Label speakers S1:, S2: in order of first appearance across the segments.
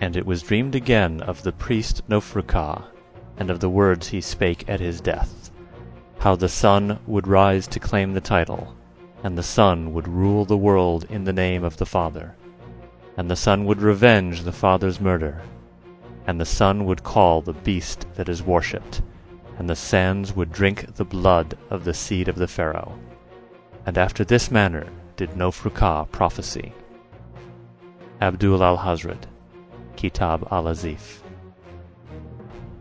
S1: And it was dreamed again of the priest Nofrukah, and of the words he spake at his death, how the sun would rise to claim the title, and the son would rule the world in the name of the father, and the son would revenge the father's murder, and the son would call the beast that is worshipped, and the sands would drink the blood of the seed of the Pharaoh. And after this manner did Nofrukah prophesy. Abdul al Hazred Kitab al Azif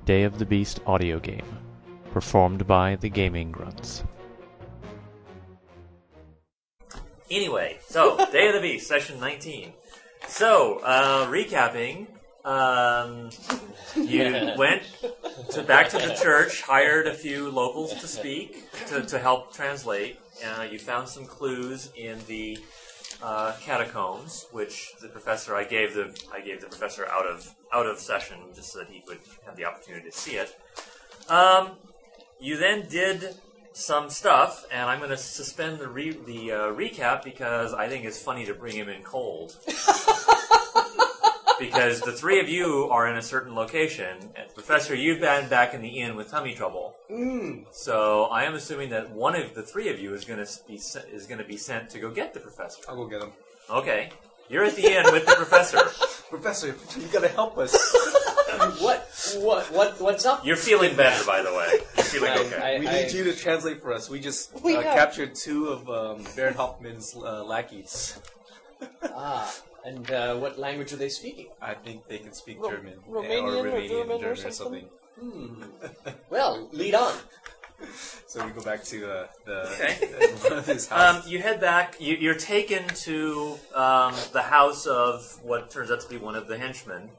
S1: Day of the Beast audio game performed by the Gaming Grunts.
S2: Anyway, so Day of the Beast, session 19. So, uh, recapping, um, you went to back to the church, hired a few locals to speak to, to help translate. Uh, you found some clues in the uh, catacombs, which the professor I gave the I gave the professor out of out of session just so that he would have the opportunity to see it. Um, you then did some stuff, and I'm going to suspend the re- the uh, recap because I think it's funny to bring him in cold. because the three of you are in a certain location, and Professor, you've been back in the inn with tummy trouble.
S3: Mm,
S2: So I am assuming that one of the three of you is going to be sent, is going to be sent to go get the professor.
S3: I'll go get him.
S2: Okay, you're at the inn with the professor.
S3: Professor, you gotta help us.
S4: What? What? What? What's up?
S2: You're feeling better, by the way. You're feeling
S3: I-
S2: okay.
S3: we
S4: I-
S3: need you to translate for us. We just
S5: We
S3: uh,
S5: know.
S3: captured two of um, Baron Hoffman's uh, lackeys.
S4: Ah, and uh, what language are they speaking?
S3: I think they can speak
S5: Ro-
S3: German. eh,
S5: Romanian or
S3: or Romanian,
S5: German or
S3: or something.
S5: something.
S4: Well, lead on.
S3: So we go back to uh, the
S2: Okay.
S3: one of his
S2: Um,
S3: house.
S2: you head back. You, you're taken to um, the house of what turns out to be one of the henchmen.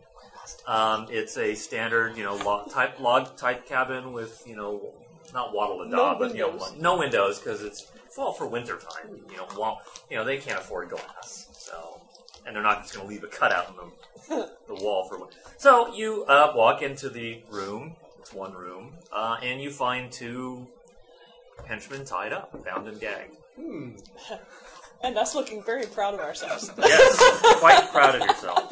S2: Um, it's a standard, you know, log type log type cabin with, you know, not wattle and daub, but you know,
S5: windows.
S2: no windows because it's fall for winter time. You know, well, you know they can't afford glass, so and they're not just going to leave a cutout in the, the wall for. win- So you uh, walk into the room. It's one room, uh, and you find two henchmen tied up, bound and gagged.
S5: And us looking very proud of ourselves.
S2: Yes, quite proud of yourself.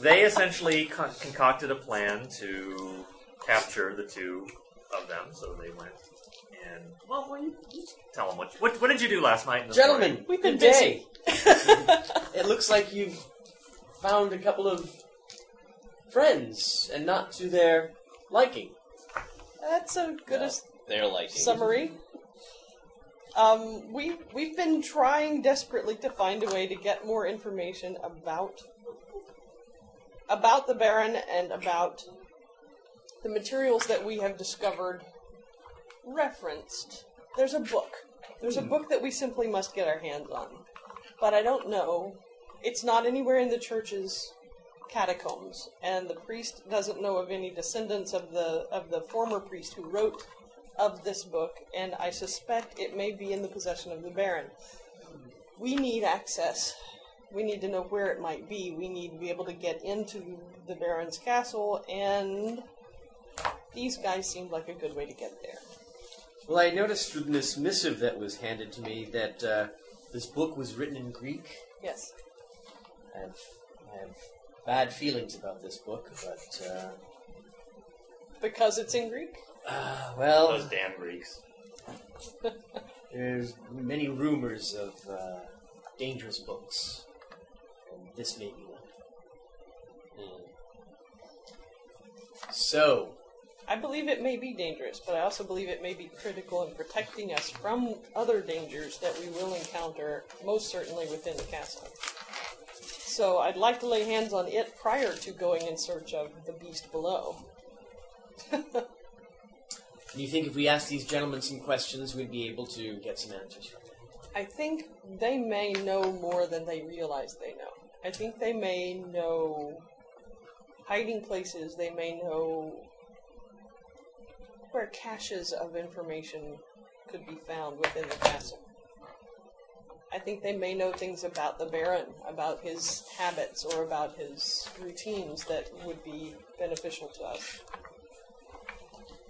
S2: They essentially con- concocted a plan to capture the two of them, so they went and well, well you, you tell them what, you, what what did you do last night, in the
S4: Gentlemen,
S5: We've been
S4: good day. it looks like you've found a couple of friends, and not to their liking.
S5: That's a good
S4: No,
S5: as
S4: their liking.
S5: summary. Um, we we've been trying desperately to find a way to get more information about about the Baron and about the materials that we have discovered referenced. There's a book. There's a book that we simply must get our hands on. But I don't know. It's not anywhere in the church's catacombs, and the priest doesn't know of any descendants of the of the former priest who wrote of this book, and I suspect it may be in the possession of the Baron. We need access. We need to know where it might be. We need to be able to get into the Baron's castle, and these guys seemed like a good way to get there.
S4: Well, I noticed from this missive that was handed to me that uh, this book was written in Greek.
S5: Yes.
S4: I have, I have bad feelings about this book, but uh,
S5: Because it's in Greek?
S4: ah,
S2: morning?
S4: well,
S2: Those damn Greeks.
S4: There's many rumors of uh, dangerous books, and this may be one. Hmm. So,
S5: I believe it may be dangerous, but I also believe it may be critical in protecting us from other dangers that we will encounter, most certainly within the castle. So I'd like to lay hands on it prior to going in search of the beast below.
S4: do you think if we ask these gentlemen some questions, we'd be able to get some answers from them?
S5: I think they may know more than they realize they know. I think they may know hiding places, they may know where caches of information could be found within the castle. I think they may know things about the Baron, about his habits or about his routines that would be beneficial to us.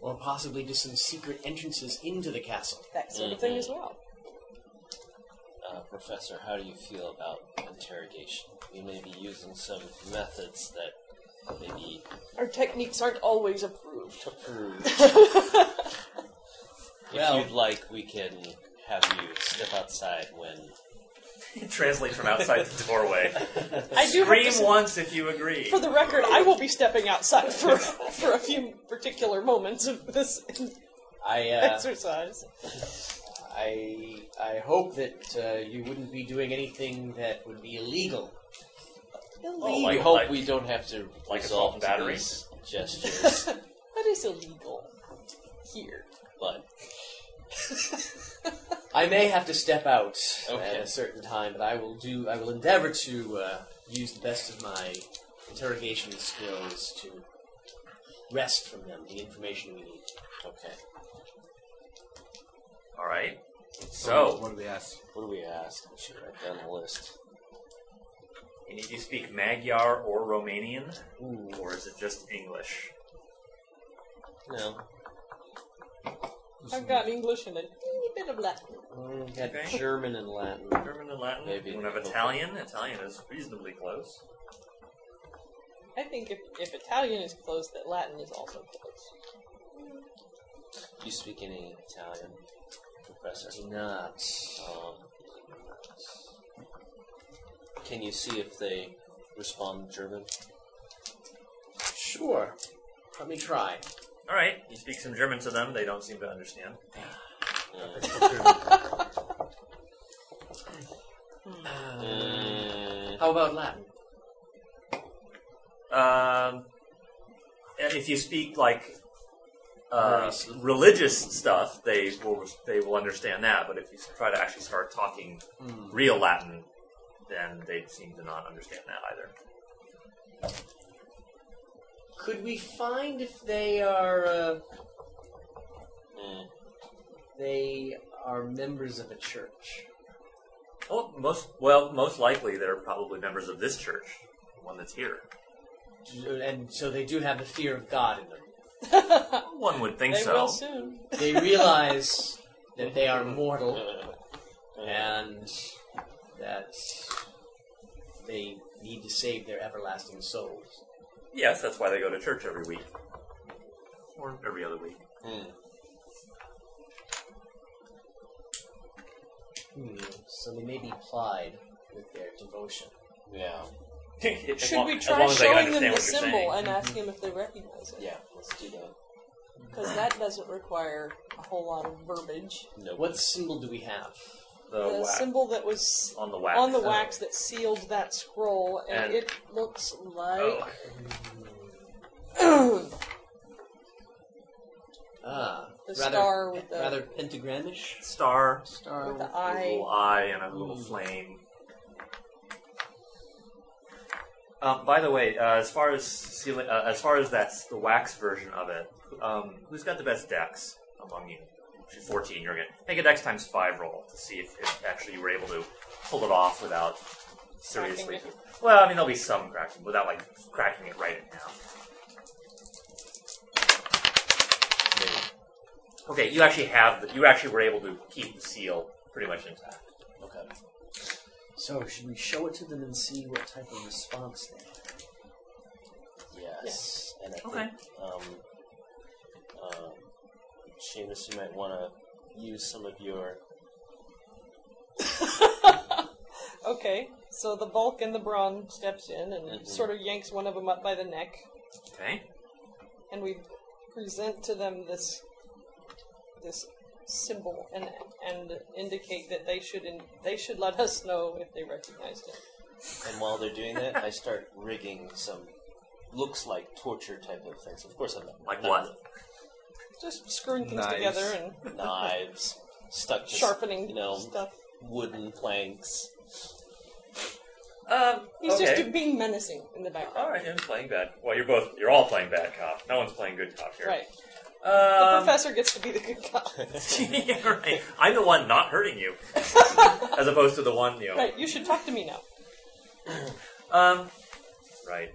S4: Or possibly just some secret entrances into the castle?
S5: That sort of thing as well.
S4: Um,
S6: Professor, how do you feel about interrogation? We may be using some methods that may be
S5: Our techniques aren't always approved.
S6: approved.
S4: Well-
S6: if you'd like, we can have you step outside when.
S2: Translate from outside the doorway.
S5: I do have to
S2: Scream
S5: say-
S2: once if you agree.
S5: For the record, I will be stepping outside for for a few particular moments of this
S4: I uh,
S5: exercise.
S4: I I hope that uh, you wouldn't be doing anything that would be illegal.
S5: Illegal.
S2: Like-
S6: we hope
S2: like-
S6: we don't have to
S2: like assault
S6: resolve
S2: and
S6: to
S2: battery.
S6: these gestures,
S5: that is illegal here.
S6: but
S4: I may have to step out
S6: Okay.
S4: at a certain time, but I will do. I will endeavor to uh, use the best of my interrogation skills to wrest from them the information we need.
S6: okay.
S2: All right. So
S3: what do we ask?
S6: What do we ask? We should write down the list.
S2: And if you speak Magyar or Romanian,
S4: Ooh.
S2: or is it just English?
S6: No.
S5: I've got English and a teeny bit of Latin.
S4: Mm, we had
S2: Okay.
S4: German and Latin.
S2: German and Latin.
S6: Maybe.
S2: You want to have Italian? Italian is reasonably close.
S5: I think if, if Italian is close, that Latin is also close.
S6: Do you speak any Italian, Professor?
S4: Do not.
S6: Um, can you see if they respond German?
S4: Sure. Let me try.
S2: All right. You speak some German to them. They don't seem to understand.
S6: Uh, uh,
S4: How about Latin?
S2: Um, and if you speak like uh,
S4: Nice.
S2: religious stuff, they will they will understand that. But if you try to actually start talking
S5: Hmm.
S2: real Latin, then they seem to not understand that either.
S4: Could we find if they are uh,
S6: mm,
S4: they are members of a church?
S2: Well, most well, most likely they're probably members of this church, the one that's here.
S4: And so they do have the fear of God in them.
S2: One would think
S5: they
S2: so.
S5: will soon.
S4: They realize that they are mortal
S6: uh,
S4: and that they need to save their everlasting souls.
S2: Yes, that's why they go to church every week. Or every other week.
S6: mm.
S4: Hmm. So they may be plied with their devotion.
S6: Yeah.
S2: As
S5: Should
S2: long-
S5: we
S2: as
S5: try
S2: long as they can
S5: showing
S2: understand
S5: them the
S2: what you're saying.
S5: symbol and ask them if they recognize it?
S6: Yeah. Let's do that.
S5: Because that doesn't require a whole lot of verbiage.
S6: No.
S4: What symbol do we have?
S2: The
S5: The
S2: wax.
S5: symbol that was
S2: On the wax.
S5: on the
S4: Oh.
S5: wax that sealed that scroll, and,
S2: And-
S5: it looks like.
S2: Oh.
S4: Ah,
S5: The
S4: rather,
S5: star with the-
S4: rather pentagramish
S2: Star,
S4: star.
S5: With the
S2: a
S5: eye.
S2: little eye, and a little flame. Um, by the way, uh, as far as sealing, uh, as far as that's the wax version of it, um, who's got the best dex among you? Actually, Fourteen. You're gonna make a dex times five roll to see if, if actually you were able to pull it off without seriously.
S5: Cracking
S2: Well, I mean, there'll be some cracking without like cracking it right now. Okay, you actually have the, you actually were able to keep the seal pretty much intact.
S6: Okay.
S4: So should we show it to them and see what type of response they have?
S6: Yes. And I
S2: Okay.
S6: think, um, um, Seamus, you might want to use some of your.
S5: Okay, so the bulk and the brawn steps in and
S6: Mhm.
S5: sort of yanks one of them up by the neck,
S2: Okay.
S5: and we present to them this this symbol and and indicate that they should in, they should let us know if they recognized it.
S6: And while they're doing that, I start rigging some looks like torture type of things. Of course, I'm not.
S2: Like
S6: I'm
S2: what?
S5: Just screwing things
S3: Nice.
S5: together and
S6: not- Knives, stuck to s-
S5: sharpening
S6: you know,
S5: stuff.
S6: wooden planks.
S2: Um,
S5: He's
S2: okay.
S5: just being menacing in the background.
S2: all right, I'm playing bad. Well, you're both, you're all playing bad cop. No one's playing good cop here.
S5: Right. The
S2: Oh, Um,
S5: professor gets to be the good cop.
S2: yeah, right. I'm the one not hurting you, as opposed to the one you. Know,
S5: Right, you should talk to me now.
S2: Um, right.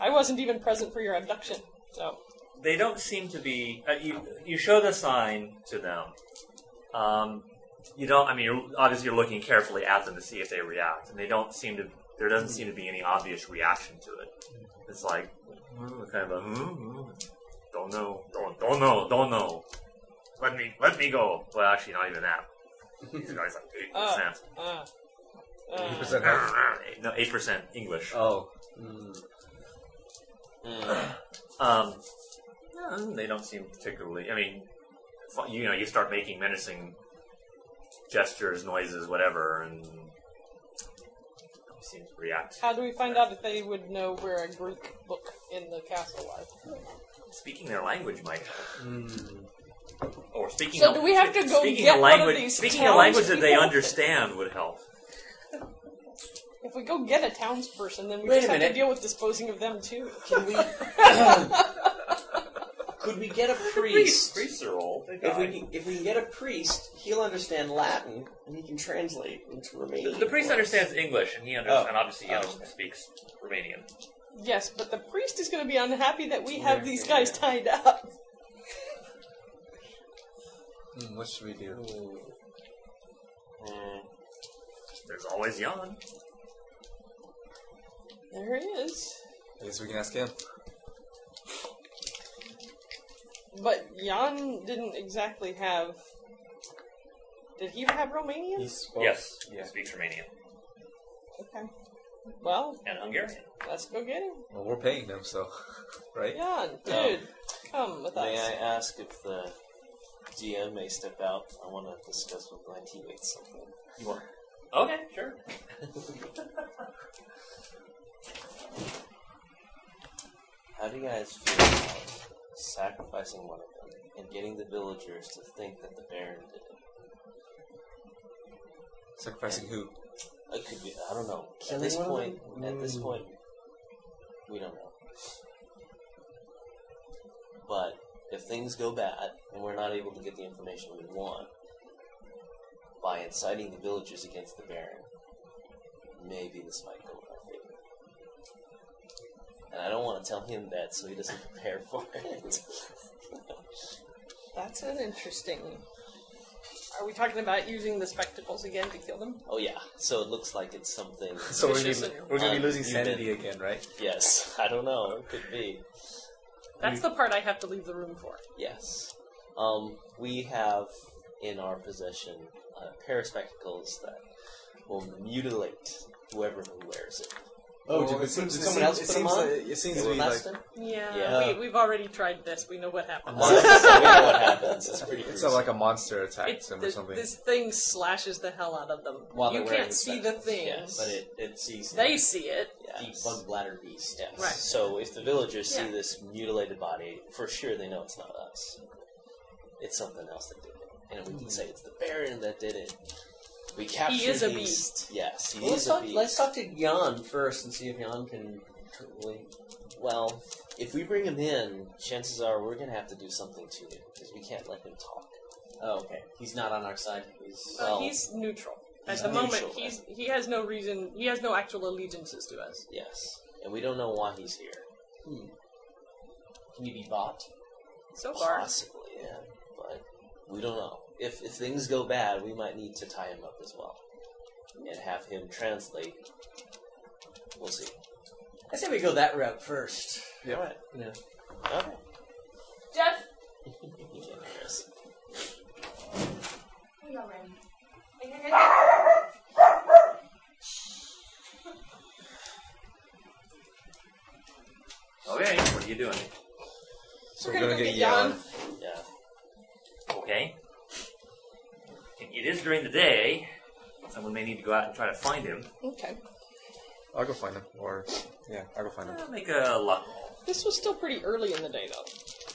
S5: I wasn't even present for your abduction, so
S2: They don't seem to be. Uh, you, you show the sign to them. Um, you don't. I mean, you're, obviously, you're looking carefully at them to see if they react, and they don't seem to. There doesn't seem to be any obvious reaction to it. It's like mm, kind of a hmm, hmm, don't know, don't don't know, don't know. Let me let me go. Well, actually, not even that. He's always like eight
S5: Oh.
S2: percent.
S5: Uh,
S3: Eight
S5: uh,
S3: percent health.
S2: No, eight percent English.
S3: Oh. Mm.
S2: Um, mm, they don't seem particularly. I mean, fu- you know, you start making menacing gestures, noises, whatever, and seem to react.
S5: how do we find out if they would know where a Greek book in the castle was?
S2: Speaking their language might help.
S3: Mm.
S2: Or speaking.
S5: So
S2: a-
S5: do we have to go
S2: speaking
S5: get
S2: a
S5: one of
S2: language,
S5: these
S2: Speaking a language that they
S5: townspeople?
S2: understand would help.
S5: If we go get a townsperson, then we
S4: Wait a
S5: just have to
S4: minute.
S5: deal with disposing of them too.
S4: Can we? could we get a priest?
S2: Priests are old.
S4: If we if we can get a priest, he'll understand Latin and he can translate into
S2: The,
S4: Romanian.
S2: the priest
S4: for us.
S2: understands English, and he under-
S4: Oh.
S2: and obviously he
S4: Oh,
S2: under-
S4: okay.
S2: speaks Romanian.
S5: Yes, but the priest is going to be unhappy that we have these guys tied up.
S3: Mm, what should we do?
S2: There's always Jan.
S5: There he is.
S3: I guess we can ask him.
S5: But Jan didn't exactly have. Did he have Romanian?
S3: He spoke.
S2: Yes,
S3: Yeah.
S2: he speaks Romanian
S5: Okay. Well,
S2: and Hungarian.
S5: let's go get him.
S3: Well, we're paying them, so. right?
S5: Jan, dude, come with
S6: May
S5: us.
S6: I ask if the DM may step out? I want to discuss with my teammates something.
S2: Okay, sure.
S6: How do you guys feel about sacrificing one of them and getting the villagers to think that the Baron did it?
S3: Sacrificing who?
S6: It could be, I don't know.
S4: Killing
S6: at this
S4: one of
S6: point, at this
S3: Mm.
S6: point, we don't know. But if things go bad and we're not able to get the information we want by inciting the villagers against the Baron, maybe this might go in our favor. And I don't want to tell him that so he doesn't prepare for it.
S5: That's an interesting. Are we talking about using the spectacles again to kill them?
S6: Oh yeah, so it looks like it's something.
S3: So we're
S5: Vicious
S3: gonna,
S5: and
S3: we're gonna be losing
S6: unhuman.
S3: sanity again, right?
S6: Yes, I don't know. It could be.
S5: That's the part I have to leave the room for.
S6: Yes. Um, we have in our possession a pair of spectacles that will mutilate whoever who wears it.
S4: Oh, did,
S3: Well,
S4: did
S3: seems-
S4: someone else
S3: it
S4: put
S3: seems
S4: him on?
S3: like- it seems
S4: It will
S3: we like
S4: last him?
S5: Yeah,
S6: Yeah.
S5: We, we've already tried this. We know what happens.
S6: so we know what happens. It's pretty
S3: it's
S6: gruesome.
S3: a, like a monster attacks
S5: It's
S3: them
S5: the-
S3: or something.
S5: This thing slashes the hell out of them.
S4: While
S5: you
S4: they're wearing
S5: can't
S4: the
S5: see the
S4: spectacles,
S5: things.
S6: yes,
S4: But it, it sees
S5: they see it.
S4: yeah,
S6: Yes.
S4: bug bladder beast.
S6: Yes.
S5: Right.
S6: So if the villagers
S5: Yeah.
S6: see this mutilated body, for sure they know it's not us. It's something else that did it, and we can say it's the Baron that did it. We captured.
S5: is a
S6: these-
S5: beast.
S6: Yes, he
S4: Well, let's,
S6: is a
S4: talk,
S6: beast.
S4: let's talk to Jan first and see if Jan can. Totally.
S6: Well, if we bring him in, chances are we're gonna have to do something to him because we can't let him talk.
S4: Oh, okay. He's not on our side. He's,
S5: Uh,
S6: Well,
S5: he's neutral. At
S6: he's
S5: the moment,
S6: neutral.
S5: he's he has no reason. He has no actual allegiances to us.
S6: Yes, and we don't know why he's here.
S4: can he be bought?
S5: So far,
S6: Possibly, yeah, but we don't know. If if things go bad, we might need to tie him up as well and have him translate. We'll see.
S4: I say we go that route first.
S3: Yep.
S6: All right.
S4: Yeah.
S6: Okay.
S7: Jeff,
S6: You can't hear us.
S7: we are ready. Are you ready?
S2: Okay, what are you doing?
S3: so
S5: we're gonna go get
S3: yawn.
S5: Jan.
S6: Yeah.
S2: Okay. It is during the day. Someone may need to go out and try to find him.
S5: okay.
S3: I'll go find him. Or yeah, I'll go find him.
S2: Uh, make a luck roll.
S5: This was still pretty early in the day, though.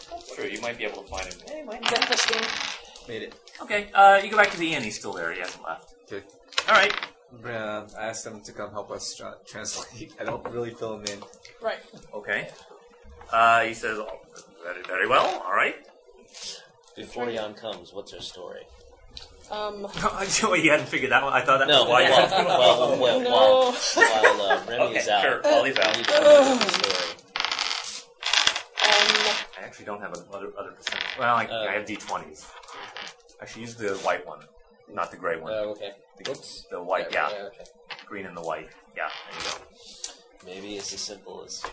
S2: That's true. You might be able to find him. Hey, might
S5: Breakfasting.
S3: Made it.
S2: Okay. Uh, you go back to the inn. He's still there. He hasn't left.
S3: Okay.
S2: All right.
S3: Um, I asked him to come help us tra- translate. I don't really fill him in.
S5: Right.
S2: Okay. Uh, he says, oh, very, very well. All right.
S6: Before Jan comes, what's our story?
S5: Um.
S2: Actually, you hadn't figured that one. I thought that
S6: No,
S2: was
S6: while,
S2: why. you hadn't figured that one.
S6: while, while, while,
S5: No.
S6: while, uh, Remy
S2: Okay,
S6: is out,
S2: sure. While he's out.
S6: we need to come up with a story.
S5: Um.
S2: I actually don't have another other percentage. Well, I,
S6: Uh,
S2: I have d20s. I should use the white one. Not the gray
S4: Oh,
S2: one.
S4: okay.
S2: the,
S4: Oops.
S2: the white, Uh, yeah.
S4: okay.
S2: Green and the white. Yeah, there you go.
S6: Maybe it's as simple as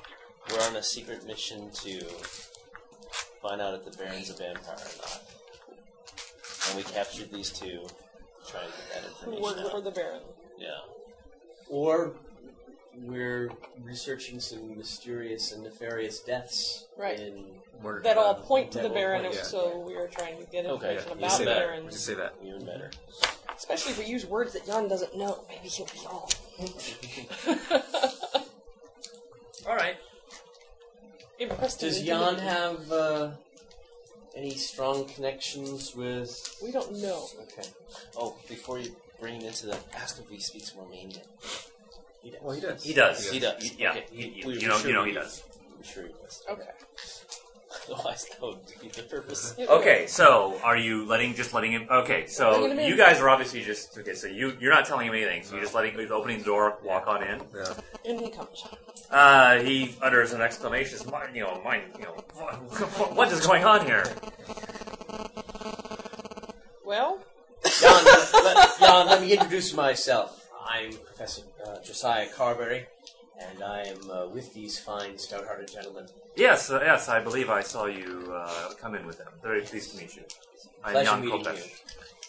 S6: we're on a secret mission to find out if the Baron's a vampire or not. And we captured these two to try and get that
S5: Who worked
S6: information
S5: for
S6: out.
S5: the Baron?
S6: Yeah.
S4: Or we're researching some mysterious and nefarious deaths.
S5: Right.
S4: In,
S3: Murder.
S5: That all
S3: Uh,
S5: point to
S4: that
S5: the
S4: all
S5: Baron,
S4: point,
S5: and
S3: yeah.
S5: so we are trying to get
S6: Okay,
S5: information
S6: yeah.
S3: we
S5: about
S3: just
S5: the
S3: say that.
S5: Baron.
S3: We just say that.
S6: Even better.
S5: Especially if we use words that Jan doesn't know. Maybe he'll be all.
S2: All right.
S5: Impressed and
S4: Does Jan
S5: intimidated.
S4: have uh, any strong connections with?
S5: We don't know.
S4: Okay.
S6: Oh, before you bring him into that, ask if he speaks Romanian. He does.
S3: Well, he does.
S2: He does.
S6: He does.
S2: Y- Yeah,
S6: Okay.
S2: he- you,
S6: We- we
S2: you know,
S6: should
S2: you know
S6: be-
S2: he does.
S6: I'm sure he does.
S5: Okay.
S6: Otherwise, that would be the purpose.
S5: It
S2: Okay, so are you letting just letting him? Okay,
S5: Letting
S2: so
S5: him in.
S2: you guys are obviously just okay. So you you're not telling him anything. So you're just letting he's opening the door, walk on in.
S3: Yeah.
S5: will. In he comes.
S2: Uh, he utters an exclamation. Mine, you know, mine, you know, what, what is going on here?
S5: Well,
S4: Jan, let, let- Jan, let me introduce myself. I'm Professor uh, Josiah Carberry, and I am uh, with these fine, stout-hearted gentlemen.
S2: Yes, uh, yes, I believe I saw you uh, come in with them. Very pleased to meet you. I'm
S4: Pleasure
S2: Jan
S4: meeting
S2: Kopesh.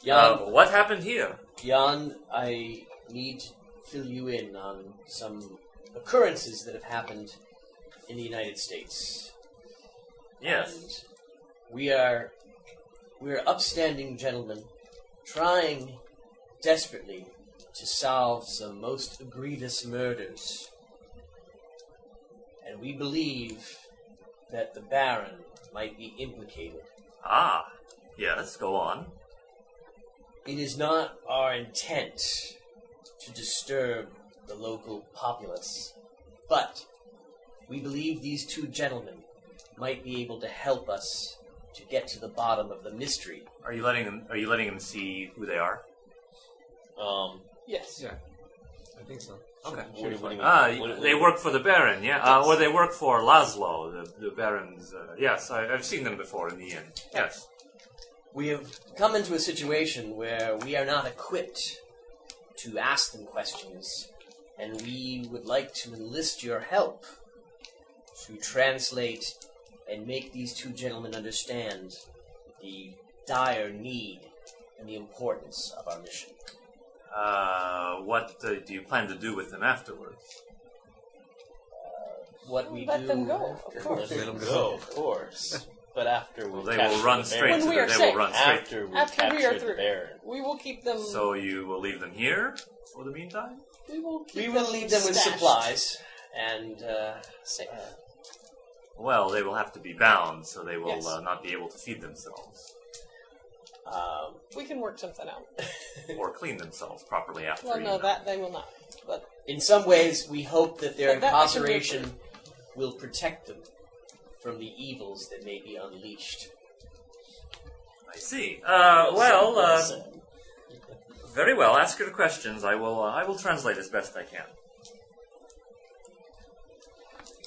S4: you.
S2: Uh,
S4: Jan,
S2: what happened here?
S4: Jan, I need to fill you in on some occurrences that have happened in the United States.
S2: Yes.
S4: And we are we are upstanding gentlemen trying desperately to solve some most grievous murders. And we believe that the Baron might be implicated.
S2: Ah, yes. Go on.
S4: It is not our intent to disturb the local populace, but we believe these two gentlemen might be able to help us to get to the bottom of the mystery.
S2: Are you letting them? Are you letting them see who they are?
S6: Um,
S5: yes.
S3: Yeah. I think so.
S2: Okay.
S6: what, do- what do you mean?
S2: Ah,
S6: What do-
S2: they work for the Baron, yeah, uh, or they work for Laszlo, the, the Baron's. Uh, yes, I, I've seen them before in the inn. Yes.
S4: We have come into a situation where we are not equipped to ask them questions, and we would like to enlist your help to translate and make these two gentlemen understand the dire need and the importance of our mission.
S2: Uh, what uh, do you plan to do with them afterwards?
S4: What we
S5: Let
S4: do
S5: them go, of course.
S6: Let them go, of course. But after we
S2: Well, they
S6: capture
S2: will run
S6: the
S2: straight
S5: When
S2: to
S6: Baron,
S5: we
S2: the.
S5: are
S2: They
S5: safe.
S2: will run straight.
S6: after we
S5: After
S6: capture
S5: we are
S6: the
S5: through.
S6: Baron.
S5: We will keep them.
S2: So you will leave them here for the meantime.
S5: we will keep
S4: We will leave them with
S5: stashed.
S4: supplies and uh,
S6: Safe.
S2: Well, they will have to be bound, so they will
S5: Yes.
S2: uh, not be able to feed themselves
S4: um,
S5: We can work something out.
S2: or clean themselves properly after.
S5: Well,
S2: you
S5: no,
S2: know.
S5: that they will not. But
S4: in some ways, we hope that their
S5: But that we can do
S4: incarceration will protect them from the evils that may be unleashed.
S2: I see. Uh, well, uh,
S6: Listen,
S2: very well. Ask your questions. I will. Uh, I will translate as best I can.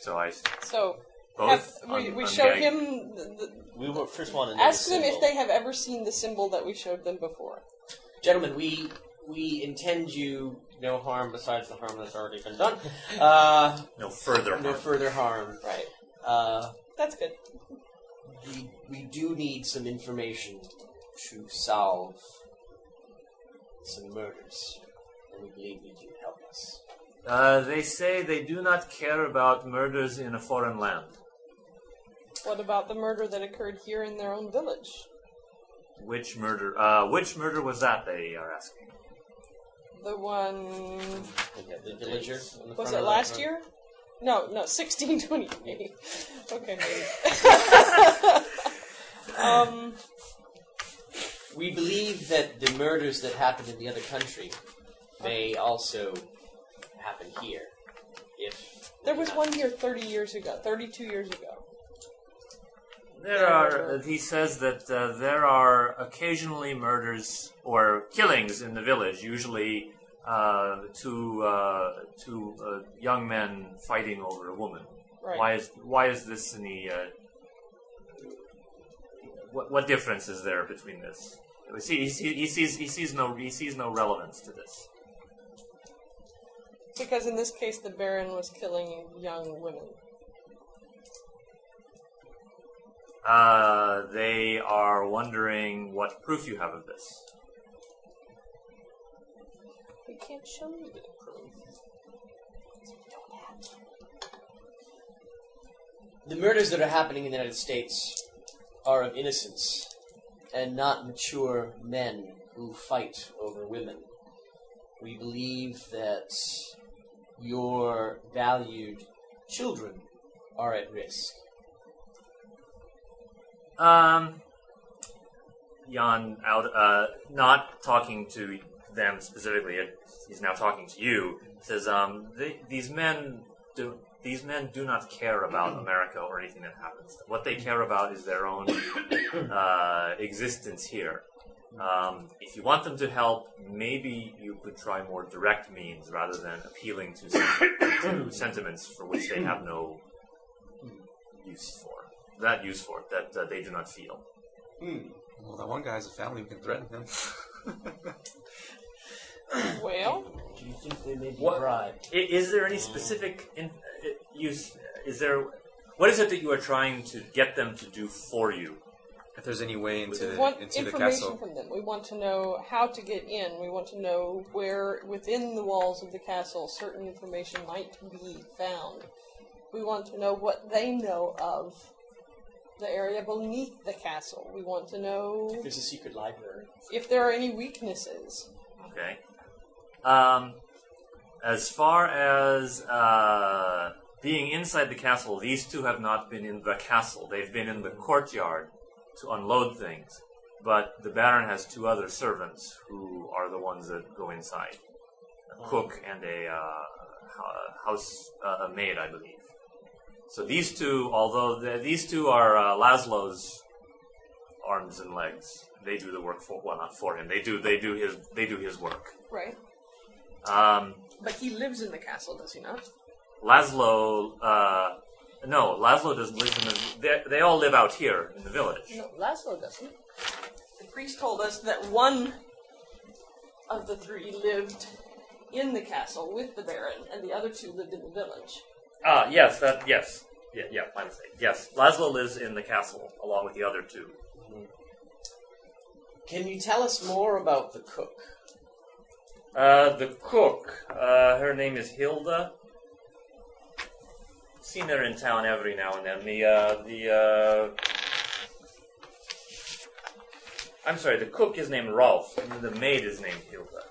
S2: So I
S5: so have,
S2: both.
S5: we,
S2: un-
S5: we show
S2: ungagged.
S5: him. The, the-
S6: we were first want to know
S5: ask
S6: the
S5: them if
S6: symbol.
S5: they have ever seen the symbol that we showed them before.
S4: Gentlemen, we we intend you no harm besides the harm that's already been done. Uh,
S2: No further.
S4: no
S2: harm.
S4: further harm.
S5: Right.
S4: Uh,
S5: That's good.
S4: we, we do need some information to solve some murders, and we believe you can help us.
S2: Uh, they say they do not care about murders in a foreign land.
S5: What about the murder that occurred here in their own village?
S2: Which murder? Uh, which murder was that? They are asking.
S5: The one
S6: They have
S4: The
S6: the
S4: villager
S6: dates.
S4: on the
S5: was
S4: front
S5: it
S4: of
S5: last
S4: the-
S5: year? No, no, sixteen twenty-eight. Okay. maybe. um.
S4: We believe that the murders that happened in the other country may also happen here. If
S5: There was one here 30 years ago, 32 years ago.
S2: There are. He says that uh, there are occasionally murders or killings in the village, usually uh, two uh, two uh, young men fighting over a woman.
S5: Right.
S2: Why is why is this any? Uh, what, what difference is there between this? See, he, see- he sees he sees no he sees no relevance to this.
S5: Because in this case, the Baron was killing young women.
S2: Uh, they are wondering what proof you have of this.
S5: We can't show you the proof.
S4: The murders that are happening in the United States are of innocence and not mature men who fight over women. We believe that your valued children are at risk.
S2: Um, Jan, out, uh, not talking to them specifically, uh, he's now talking to you. Says, um, th these men do these men do not care about America or anything that happens. What they care about is their own uh, existence here. Um, if you want them to help, maybe you could try more direct means rather than appealing to, sen- to sentiments for which they have no use for. That use for that, that they do not feel.
S3: Well, that one guy has a family. We can threaten him.
S5: Well,
S4: Do you think they may be
S2: What-
S4: bribed?
S2: I- Is there any specific in, uh, use? Is there? What is it that you are trying to get them to do for you?
S3: If there's any way into
S5: we
S3: the,
S5: want
S3: into the
S5: information
S3: castle,
S5: from them. We want to know how to get in. We want to know where within the walls of the castle certain information might be found. We want to know what they know of the area beneath the castle. We want to know
S4: There's a secret library.
S5: if there are any weaknesses.
S2: Okay. Um, as far as uh, being inside the castle, these two have not been in the castle. They've been in the courtyard to unload things. But the Baron has two other servants who are the ones that go inside a cook and a uh, hu- house uh, a maid, I believe. So these two, although the- these two are uh, Laszlo's arms and legs, they do the work for well, not for him. They do they do his they do his work.
S5: Right.
S2: Um,
S5: But he lives in the castle, does he not?
S2: Laszlo, uh, no, Laszlo doesn't live in the. They, they all live out here in the village.
S5: No, Laszlo doesn't. The priest told us that one of the three lived in the castle with the Baron, and the other two lived in the village.
S2: Ah, yes, that yes, yeah, yeah, my mistake. Yes, Laszlo lives in the castle along with the other two.
S4: Can you tell us more about the cook?
S2: Uh, the cook, uh, her name is Hilda. Seen her in town every now and then. The uh, the uh, I'm sorry, the cook is named Rolf, and the maid is named Hilda.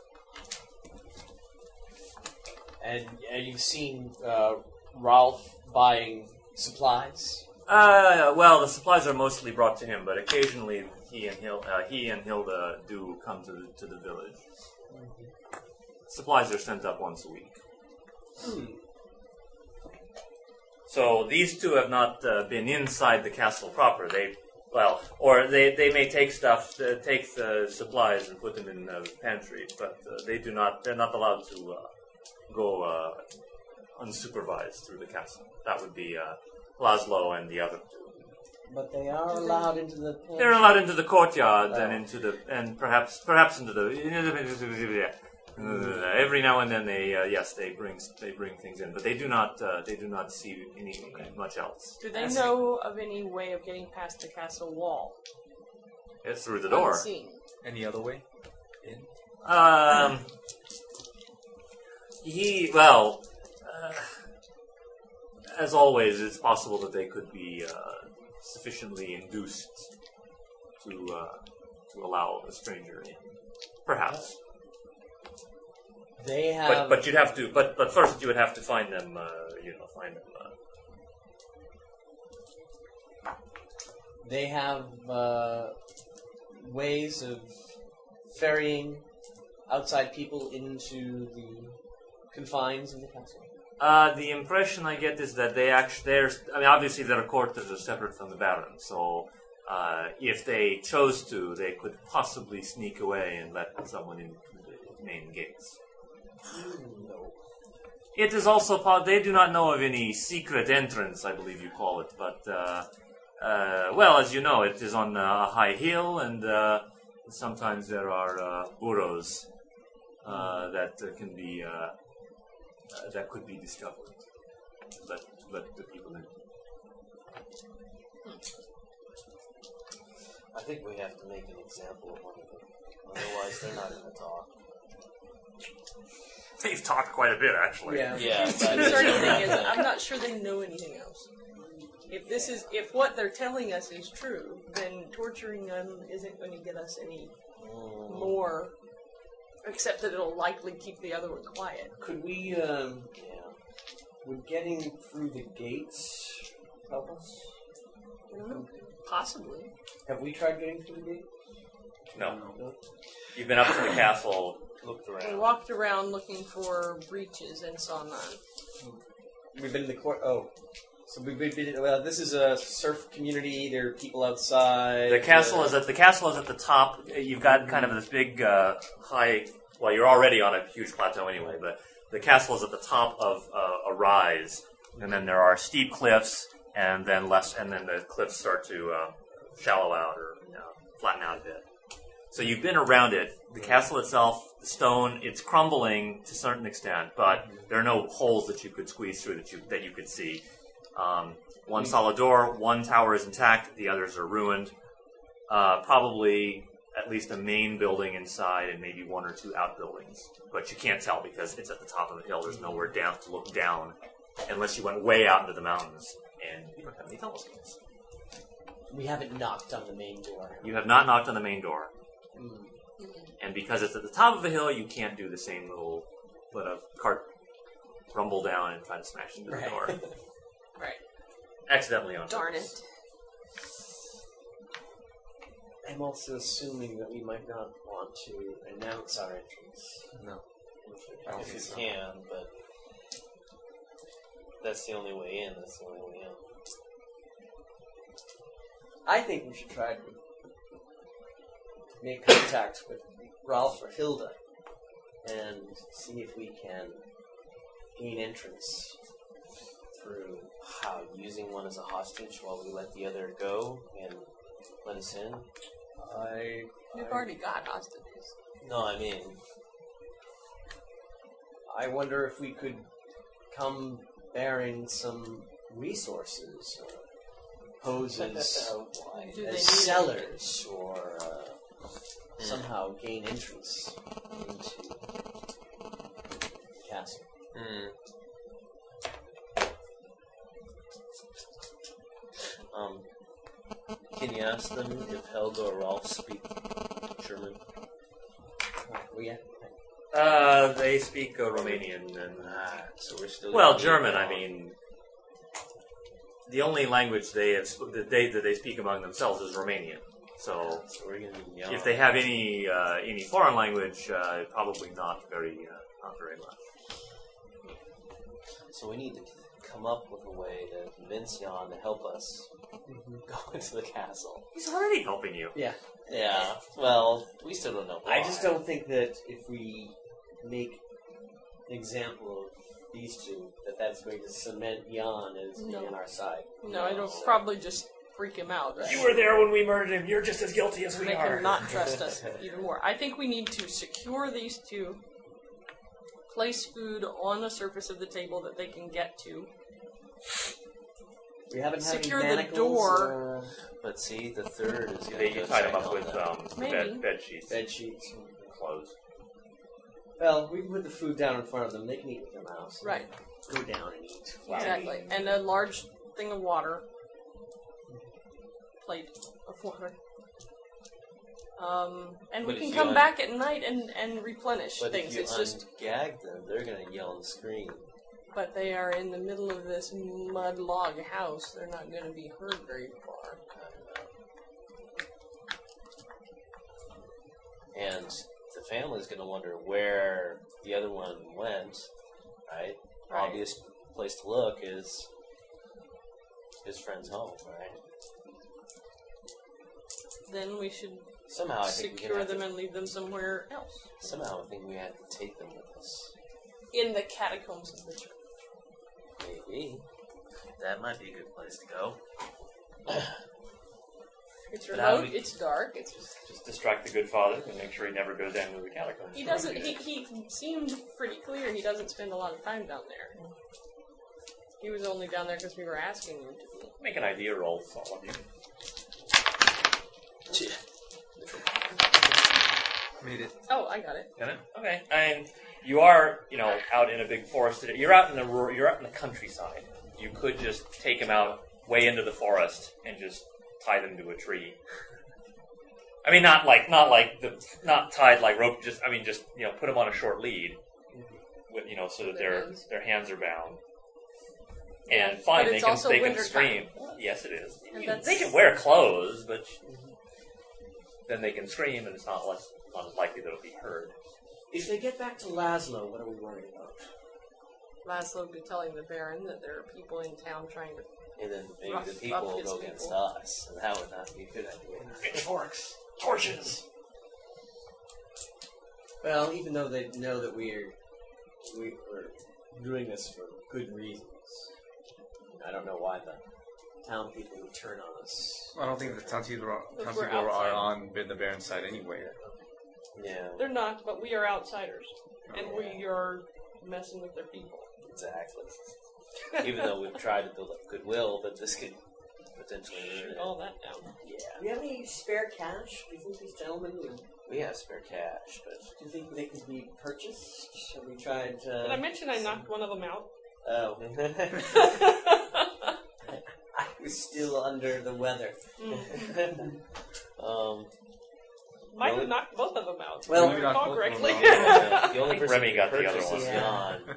S4: And, and you've seen uh, Ralph buying supplies?
S2: Uh, well, the supplies are mostly brought to him, but occasionally he and Hil- uh, he and Hilda do come to the, to the village. Supplies are sent up once a week. So these two have not uh, been inside the castle proper. They, well, or they, they may take stuff, uh, take the supplies and put them in the pantry, but uh, they do not. They're not allowed to uh, go uh, unsupervised through the castle. That would be uh, Laszlo and the other two.
S4: But they are allowed into the
S2: They're allowed into the courtyard and into the and perhaps perhaps into the every now and then they uh, yes they bring they bring things in but they do not uh, they do not see any much else.
S5: Do they know of any way of getting past the castle wall?
S2: It's through the door.
S5: Unseen.
S3: any other way in?
S2: Um, he well, uh, as always, it's possible that they could be uh, sufficiently induced to uh, to allow a stranger in, perhaps.
S4: They have.
S2: But but you'd have to but but first you would have to find them uh, you know find them uh,
S4: They have uh, ways of ferrying outside people into the confines of the castle.
S2: Uh, the impression I get is that they actually, they're, I mean, obviously their quarters are separate from the Baron, so uh, if they chose to, they could possibly sneak away and let someone in through the main gates. It is also part, they do not know of any secret entrance, I believe you call it, but, uh, uh, well, as you know, it is on a high hill, and uh, sometimes there are uh, burrows uh, that uh, can be uh, uh, that could be discovered. Let let the people in.
S6: I think we have to make an example of one of them. Otherwise, they're not going to talk.
S2: They've talked quite a bit, actually.
S4: Yeah.
S6: Yeah.
S5: The concerning thing is, I'm not sure they know anything else. If this is, if what they're telling us is true, then torturing them isn't going to get us any
S6: Mm,
S5: more. Except that it'll likely keep the other one quiet.
S4: Could we, um,
S6: yeah.
S4: would getting through the gates help us?
S5: I
S4: Mm-hmm.
S5: don't know. Possibly.
S4: Have we tried getting through the gate?
S2: No, you've been up to the castle.
S6: Looked
S5: We
S6: around.
S5: walked around looking for breaches and saw none.
S4: We've been in the court. Oh, so we've been. been- Well, this is a surf community. There are people outside.
S2: The castle is at the castle is at the top. You've got kind of this big uh, high. Well, you're already on a huge plateau anyway, but the castle is at the top of uh, a rise, and then there are steep cliffs, and then less, and then the cliffs start to um, shallow out or you know, flatten out a bit. So you've been around it. The castle itself, the stone, it's crumbling to a certain extent, but there are no holes that you could squeeze through that you that you could see. Um, one solid door, one tower is intact, the others are ruined uh, probably at least a main building inside and maybe one or two outbuildings. But you can't tell because it's at the top of the hill. There's nowhere down to look down unless you went way out into the mountains. And you don't have any telescopes.
S4: We haven't knocked on the main door.
S2: You have not knocked on the main door.
S4: Mm.
S2: And because it's at the top of a hill, you can't do the same little let a cart rumble down and try to smash into the
S4: Right.
S2: door.
S5: Right.
S2: Accidentally on
S5: Darn
S2: purpose.
S5: it.
S4: I'm also assuming that we might not want to announce our entrance.
S3: No.
S4: Okay.
S3: I don't
S6: If
S3: think
S6: you
S3: so.
S6: can, but that's the only way in. That's the only way out.
S4: I think we should try to make contact with Ralph or Hilda and see if we can gain entrance
S6: Through how using one as a hostage while we let the other go and let us in.
S4: I
S5: We've already got hostages.
S6: No, I mean
S4: I wonder if we could come bearing some resources or poses
S5: Do they need
S4: as sellers or uh, somehow gain entrance into the castle.
S6: Hmm. Um, can you ask them if Helga or Rolf speak German?
S4: Oh, yeah.
S2: Uh, they speak uh, Romanian and
S6: Ah, so we're still.
S2: Well, German. I mean, the only language they have sp- that they that they speak among themselves is Romanian. So
S6: So we're gonna be
S2: if they have any uh, any foreign language, uh, probably not very uh, not very much.
S6: So we need to come up with a way to convince Jan to help us go into the castle.
S2: He's already helping you.
S4: Yeah.
S6: Yeah. Well, we still don't know.
S4: I just
S6: why.
S4: don't think that if we make an example of these two, that that's going to cement Jan as
S5: No.
S4: being on our side.
S5: No, it'll probably just freak him out.
S4: Right.
S2: You were there when we murdered him. You're just as guilty as we
S5: Make
S2: are.
S5: him not trust us even more. I think we need to secure these two, place food on the surface of the table that they can get to.
S4: We haven't had any
S5: Secure the
S4: manacles uh,
S5: door.
S4: or
S6: But see, the third is gonna.
S2: They, you
S6: go
S2: tied him
S6: check
S2: up
S6: on
S2: with
S6: them.
S2: um,
S5: Maybe.
S2: bed bed sheets,
S4: bed sheets.
S2: and clothes.
S4: Well, we can put the food down in front of them. They can eat with their mouths. and
S5: Right.
S4: Go down and eat.
S5: Exactly. And a large thing of water. Plate of water. Um, and we
S6: But if
S5: can
S6: you
S5: come
S6: un-
S5: back at night and, and replenish
S6: But
S5: things.
S6: if you
S5: It's just,
S6: gag them, they're gonna yell and scream.
S5: but they are in the middle of this mud log house. They're not going to be heard very far.
S6: and the family's gonna wonder where the other one went. Right?
S5: Right.
S6: Obvious place to look is his friend's home. Right?
S5: Then we should
S6: Somehow Oh, I think we
S5: secure
S6: have
S5: them
S6: to,
S5: and leave them somewhere else.
S6: somehow I think we have to take them with us.
S5: In the catacombs of the church.
S6: Maybe that might be a good place to go.
S5: It's
S2: But how
S5: remote.
S2: do we-
S5: It's dark. It's just
S2: Just distract the good father and make sure he never goes down to the catacombs.
S5: he doesn't. He, he seemed pretty clear. He doesn't spend a lot of time down there. He was only down there because we were asking him to be.
S2: Make an idea roll, all of you.
S3: Made it.
S5: Oh, I got it.
S2: Got it? Okay. And you are, you know, out in a big forest today. You're out in the rural, you're out in the countryside. You could just take him out way into the forest and just tie them to a tree. I mean, not like not like the not tied like rope. Just I mean, just you know, put them on a short lead, with you know, so that their
S5: Their hands.
S2: their hands are bound.
S5: Yeah,
S2: And fine,
S5: but
S2: they
S5: it's
S2: can
S5: also
S2: they can
S5: wintertime.
S2: scream. Yes, it is.
S5: And
S2: You-
S5: that's-
S2: They can wear clothes, but
S5: Mm-hmm.
S2: then they can scream, and it's not less not as likely that it'll be heard.
S4: If they get back to Laszlo, what are we worried about?
S5: Laszlo would be telling the Baron that there are people in town trying to.
S6: And then maybe
S5: Rough
S6: the people
S5: up
S6: will
S5: his
S6: go
S5: people.
S6: against us, and that would not be a good idea.
S2: pitchforks, torches.
S4: Well, even though they know that we're we, we're doing this for good reasons, I don't know why the town people would turn on us.
S3: I don't think the town people are,
S5: Those
S3: town
S5: were
S3: people are
S5: outside.
S3: on the Baron's side anyway.
S6: Yeah,
S5: They're not, but we are outsiders, and
S3: Oh.
S5: we are messing with their people.
S6: exactly. Even though we've tried to build up goodwill, but this could potentially ruin
S5: Shoot
S2: Oh.
S6: it.
S5: all that down.
S4: Yeah. Do we have any spare cash? Do you think these gentlemen would?
S6: We have spare cash, but
S4: Do you think they could be purchased? Have we tried?
S5: Did I
S4: Uh,
S5: mention I knocked one of them out?
S4: oh,
S5: Mm.
S4: I was still under the weather.
S5: Hmm,
S6: um,
S5: Might have knocked both of them out.
S4: Well,
S5: if I recall
S3: maybe not
S5: correctly.
S3: both of them
S6: the only
S2: think
S6: person
S2: Remy
S6: who
S2: got the other
S6: purchased
S2: one.
S6: is
S4: Yeah.
S6: Jan.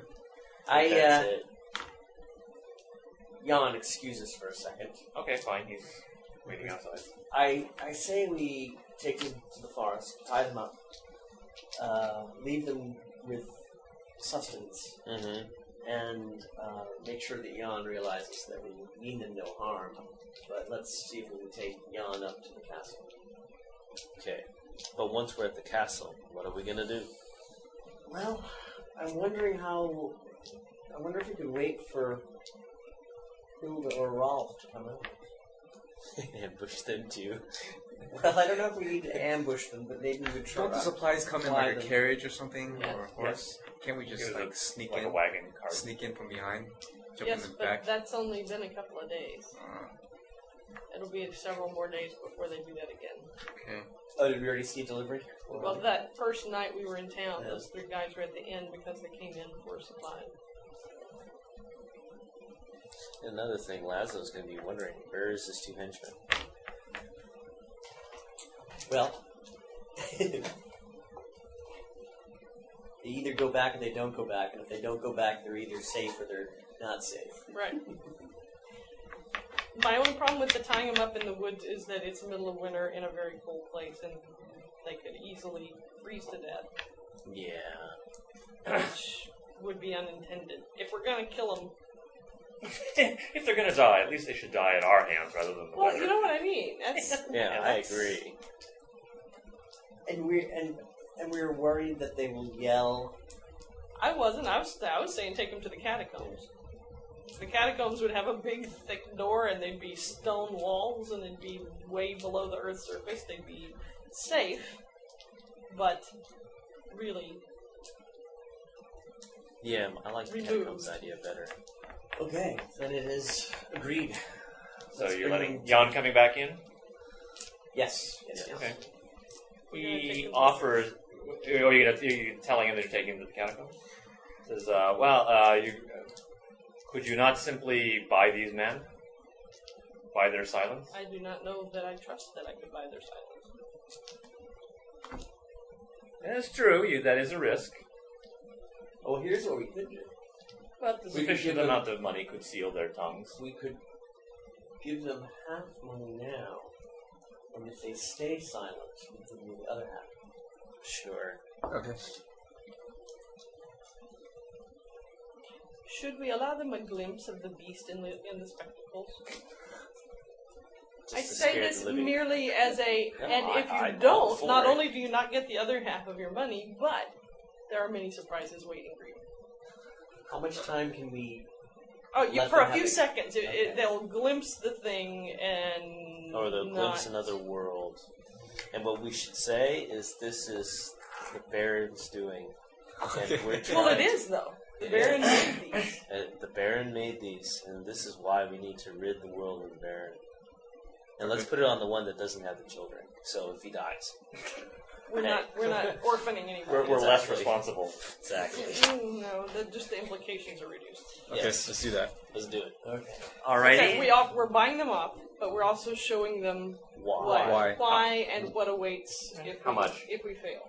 S4: I uh,
S6: That's it.
S4: yawn. Excuse us for a second.
S2: Okay, fine. He's waiting outside.
S4: I I say we take them to the forest, tie them up, uh, leave them with sustenance,
S6: Mm-hmm.
S4: and uh, make sure that Jan realizes that we mean them no harm. But let's see if we can take Jan up to the castle.
S6: Okay, but once we're at the castle, what are we gonna do?
S4: Well, I'm wondering how. I wonder if we could wait for Hilda or Rolf to come out.
S6: Ambush them too.
S4: Well, I don't know if we need to ambush them, but maybe we could try.
S3: Don't the supplies come in
S4: Fly
S3: like a
S4: them.
S3: carriage or something
S5: Yeah.
S3: or a horse? Can't we
S2: It
S3: just
S2: was
S3: like
S2: a-
S3: sneak
S2: Like a
S3: in,
S2: wagon cart.
S3: sneak in from behind, jump
S5: yes,
S3: in the
S5: but
S3: back?
S5: that's only been a couple of days.
S3: Uh,
S5: It'll be several more days before they do that again.
S3: okay.
S4: Oh, did we already see delivery?
S5: Well, that first night we were in town, those three guys were at the inn because they came in for supplies.
S6: Another thing, Lazo's gonna be wondering, where is his two henchmen?
S4: Well, they either go back or they don't go back, and if they don't go back, they're either safe or they're not safe.
S5: Right. My only problem with the tying them up in the woods is that it's middle of winter in a very cold place, and they could easily freeze to death,
S6: Yeah.
S5: which would be unintended. If we're gonna kill them,
S2: if they're gonna die, at least they should die at our hands rather than the
S5: well,
S2: weather.
S5: you know what I mean. That's
S6: Yeah,
S2: Yeah,
S6: I
S2: that's-
S6: agree.
S4: And we and and we're worried that they will yell.
S5: I wasn't. I was. I was saying take them to the catacombs. The catacombs would have a big, thick door, and they'd be stone walls, and they'd be way below the earth's surface. They'd be safe, but really,
S6: Yeah, I like the
S5: Remove.
S6: catacombs idea better.
S4: Okay, then it is agreed.
S2: so
S4: Let's
S2: you're
S4: bring
S2: letting
S4: them-
S2: Jan coming back in.
S4: Yes. Yes. yes.
S2: Okay.
S5: We're gonna take
S2: We
S5: him to-
S2: offer. Are you, gonna, are you telling him that you're taking him to the catacombs? Says, uh, well, uh, you could you not simply buy these men? Buy their silence?
S5: I do not know that I trust that I could buy their silence.
S2: That's true. You, that is a risk.
S4: Oh, here's what we could do.
S2: But the
S4: We could
S2: sufficient
S4: give them-
S2: amount of money could seal their tongues.
S4: We could give them half money now, and if they stay silent, we give them the other half.
S6: Sure.
S3: Okay.
S5: Should we allow them a glimpse of the beast in the in the spectacles?
S6: Just
S5: I
S6: to
S5: say
S6: scare the
S5: this
S6: living-
S5: merely as a,
S6: No,
S5: and
S6: I-
S5: if you
S6: I'm all
S5: don't,
S6: for
S5: not
S6: it.
S5: only do you not get the other half of your money, but there are many surprises waiting for you.
S4: How much time can we
S5: Oh, you,
S4: Let
S5: for
S4: them
S5: a
S4: have
S5: few
S4: it.
S5: seconds, it,
S4: Okay.
S5: it, they'll glimpse the thing and
S6: or the glimpse
S5: Not-
S6: another world. And what we should say is this is the Baron's doing, and we're trying.
S5: Well, it is though. The Baron made these.
S6: Uh, the Baron made these, and this is why we need to rid the world of the Baron. And let's put it on the one that doesn't have the children. So if he dies,
S5: We're not. We're not orphaning anyone.
S2: We're, we're less
S6: Exactly.
S2: responsible.
S6: exactly,
S5: Mm, no, the, just the implications are reduced.
S3: Okay,
S6: Yes.
S3: let's do that.
S6: let's do it.
S4: Okay.
S2: Alrighty.
S5: Okay, we all, we're buying them up, but we're also showing them
S6: Why?
S5: what,
S3: Why?
S5: and what awaits if
S2: How
S5: we,
S2: much?
S5: if we fail.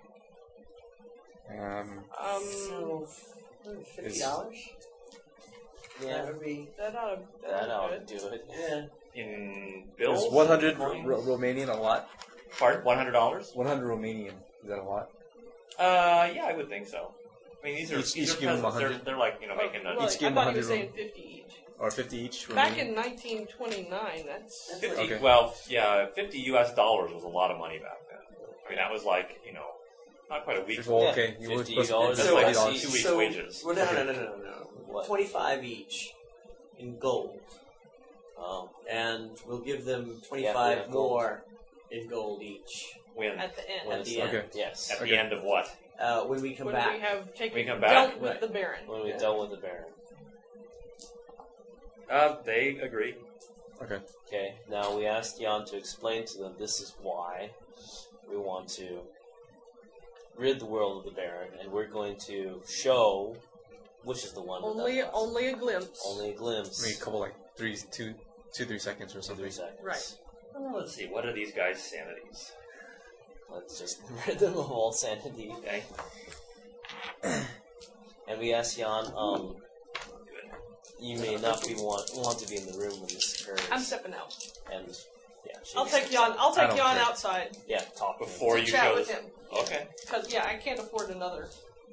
S3: Um,
S5: Um,
S4: so, fifty dollars. That
S6: Yeah,
S4: would be.
S5: that ought to.
S6: that ought to do it.
S4: Yeah.
S2: In
S3: is
S2: bills,
S3: 100 Ro-
S2: Coins?
S3: Romanian a lot?
S2: Pardon? One hundred dollars?
S3: 100 Romanian. Is that a lot?
S2: Uh, yeah, I would think so. I mean, these are
S3: Each- each
S2: they're
S3: give 'em
S2: peasants. They're,
S3: 100.
S2: they're like you know making a.
S5: well,
S3: Each
S5: I
S3: game
S5: thought he
S3: 100
S5: was saying fifty each.
S3: Or 50 each? Romanian?
S5: Back in 1929, that's
S2: 50,
S3: Okay.
S2: Well, yeah, 50 US dollars was a lot of money back then. I mean, that was like, you know, not quite a week.
S3: Well, okay. You were
S6: $50
S3: supposed to
S2: That's
S3: be
S4: So,
S2: like
S3: $50.
S4: I
S2: two weeks'
S4: So-
S2: wages.
S4: Well, no, no, no, no, no, no.
S6: What?
S4: Twenty-five each in gold,
S6: Um,
S4: and we'll give them
S6: Yeah, we
S4: twenty-five
S6: have gold.
S4: more in gold each
S2: When? At
S5: at the end.
S6: when
S4: at
S6: it's
S4: the end.
S3: Okay.
S6: yes,
S2: the
S3: Okay.
S2: end of what?
S4: Uh, when we come
S5: when
S4: back.
S5: we have taken
S2: We come back.
S5: dealt with
S4: Right.
S5: the Baron.
S6: when we've
S4: Yeah.
S6: done with the Baron.
S2: Uh, they agree.
S3: Okay.
S6: Okay, now we ask Jan to explain to them this is why we want to rid the world of the Baron, and we're going to show which is the one with
S5: Only,
S6: that
S5: only a glimpse.
S6: only a glimpse.
S3: Maybe a couple, like, three, two, two, three seconds or
S6: Two, three
S3: something.
S6: seconds.
S5: Right.
S2: Well, let's see, what are these guys' sanities?
S6: Let's just rid them of all sanity.
S2: Okay.
S6: And we ask Jan, um, you may not be want want to be in the room when this occurs.
S5: I'm stepping out.
S6: And yeah, she
S5: I'll
S6: just-
S5: take Jan. I'll
S3: I don't
S5: take Jan
S3: care.
S5: outside
S6: Yeah, talk
S2: Before
S5: to
S2: you
S5: chat
S2: show
S5: with
S2: this.
S5: him.
S2: Okay.
S5: Cause yeah, I can't afford another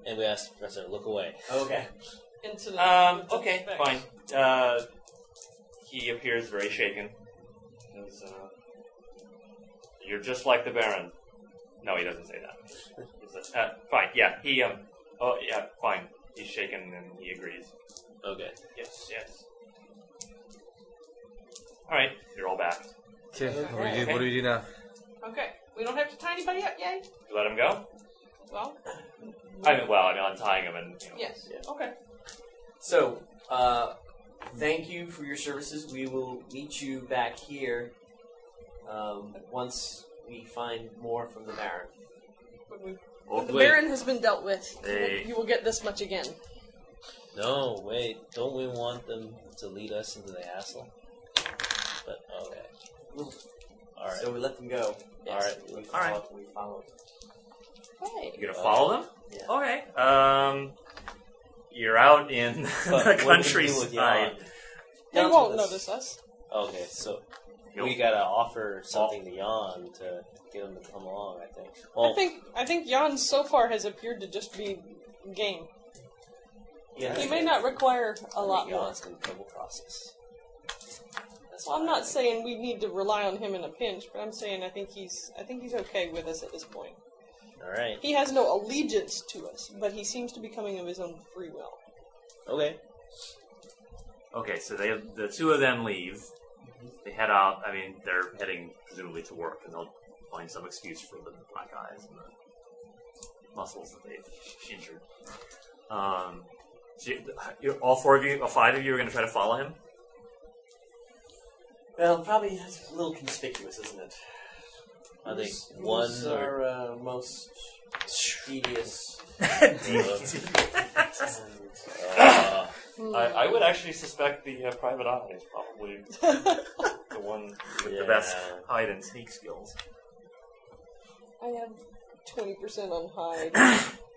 S6: And we ask the Professor, look away.
S4: Okay.
S5: incident.
S2: Um,
S5: with this
S2: okay,
S5: thing.
S2: fine. Uh, he appears very shaken. Says, uh, You're just like the Baron. No, he doesn't say that. He says, uh, fine, yeah, he, um, oh, yeah, fine. He's shaken and he agrees.
S6: Okay.
S2: Yes, yes. Alright, you're all back.
S3: Okay. What, do we do, what do we do now?
S5: Okay, we don't have to tie anybody up, yay.
S2: You let him go?
S5: Well,
S2: I mean, well, I mean, untying him and, you know.
S5: yes.
S6: Yeah.
S5: Okay.
S4: So, uh, thank you for your services. We will meet you back here um, once we find more from the Baron.
S5: When, we,
S2: Oh,
S5: when the
S2: wait.
S5: Baron has been dealt with, you will-
S2: Hey.
S5: you will get this much again.
S6: No, wait. Don't we want them to lead us into the hassle? But okay. All right.
S4: So we let them go.
S6: All right.
S4: We follow,
S2: All
S4: We follow.
S5: Right.
S2: You're gonna
S6: Uh,
S2: follow them?
S6: yeah.
S2: Okay. Um, you're out in
S6: But
S2: the
S6: what do we do with
S2: countryside.
S6: Jan?
S5: They
S4: Down to
S5: won't
S4: this.
S5: notice us.
S6: Okay, so
S2: Nope.
S6: we gotta offer something to Jan to get him to come along. I think. Well,
S2: Oh.
S5: I think I think Jan so far has appeared to just be game.
S4: Yeah.
S5: He may not require a lot more.
S6: Jan's gonna double cross us. That's
S5: Well, I'm
S6: what I
S5: not
S6: think.
S5: saying we need to rely on him in a pinch, but I'm saying I think he's I think he's okay with us at this point.
S6: All right.
S5: He has no allegiance to us, but he seems to be coming of his own free will.
S6: Okay.
S2: Okay, so they the two of them leave. They head out. I mean, they're heading presumably to work, and they'll find some excuse for the black eyes and the muscles that they've injured. Um, so you, you're- all four of you, all five of you, are going to try to follow him.
S4: Well, probably that's a little conspicuous, isn't it?
S6: I think
S4: Who's-
S6: one
S4: who's
S6: or
S4: our uh, most devious. and-
S6: uh,
S2: I, I would actually suspect the uh, private eye is probably the one with the best
S6: Yeah.
S2: hide and sneak skills.
S5: I have twenty percent on hide,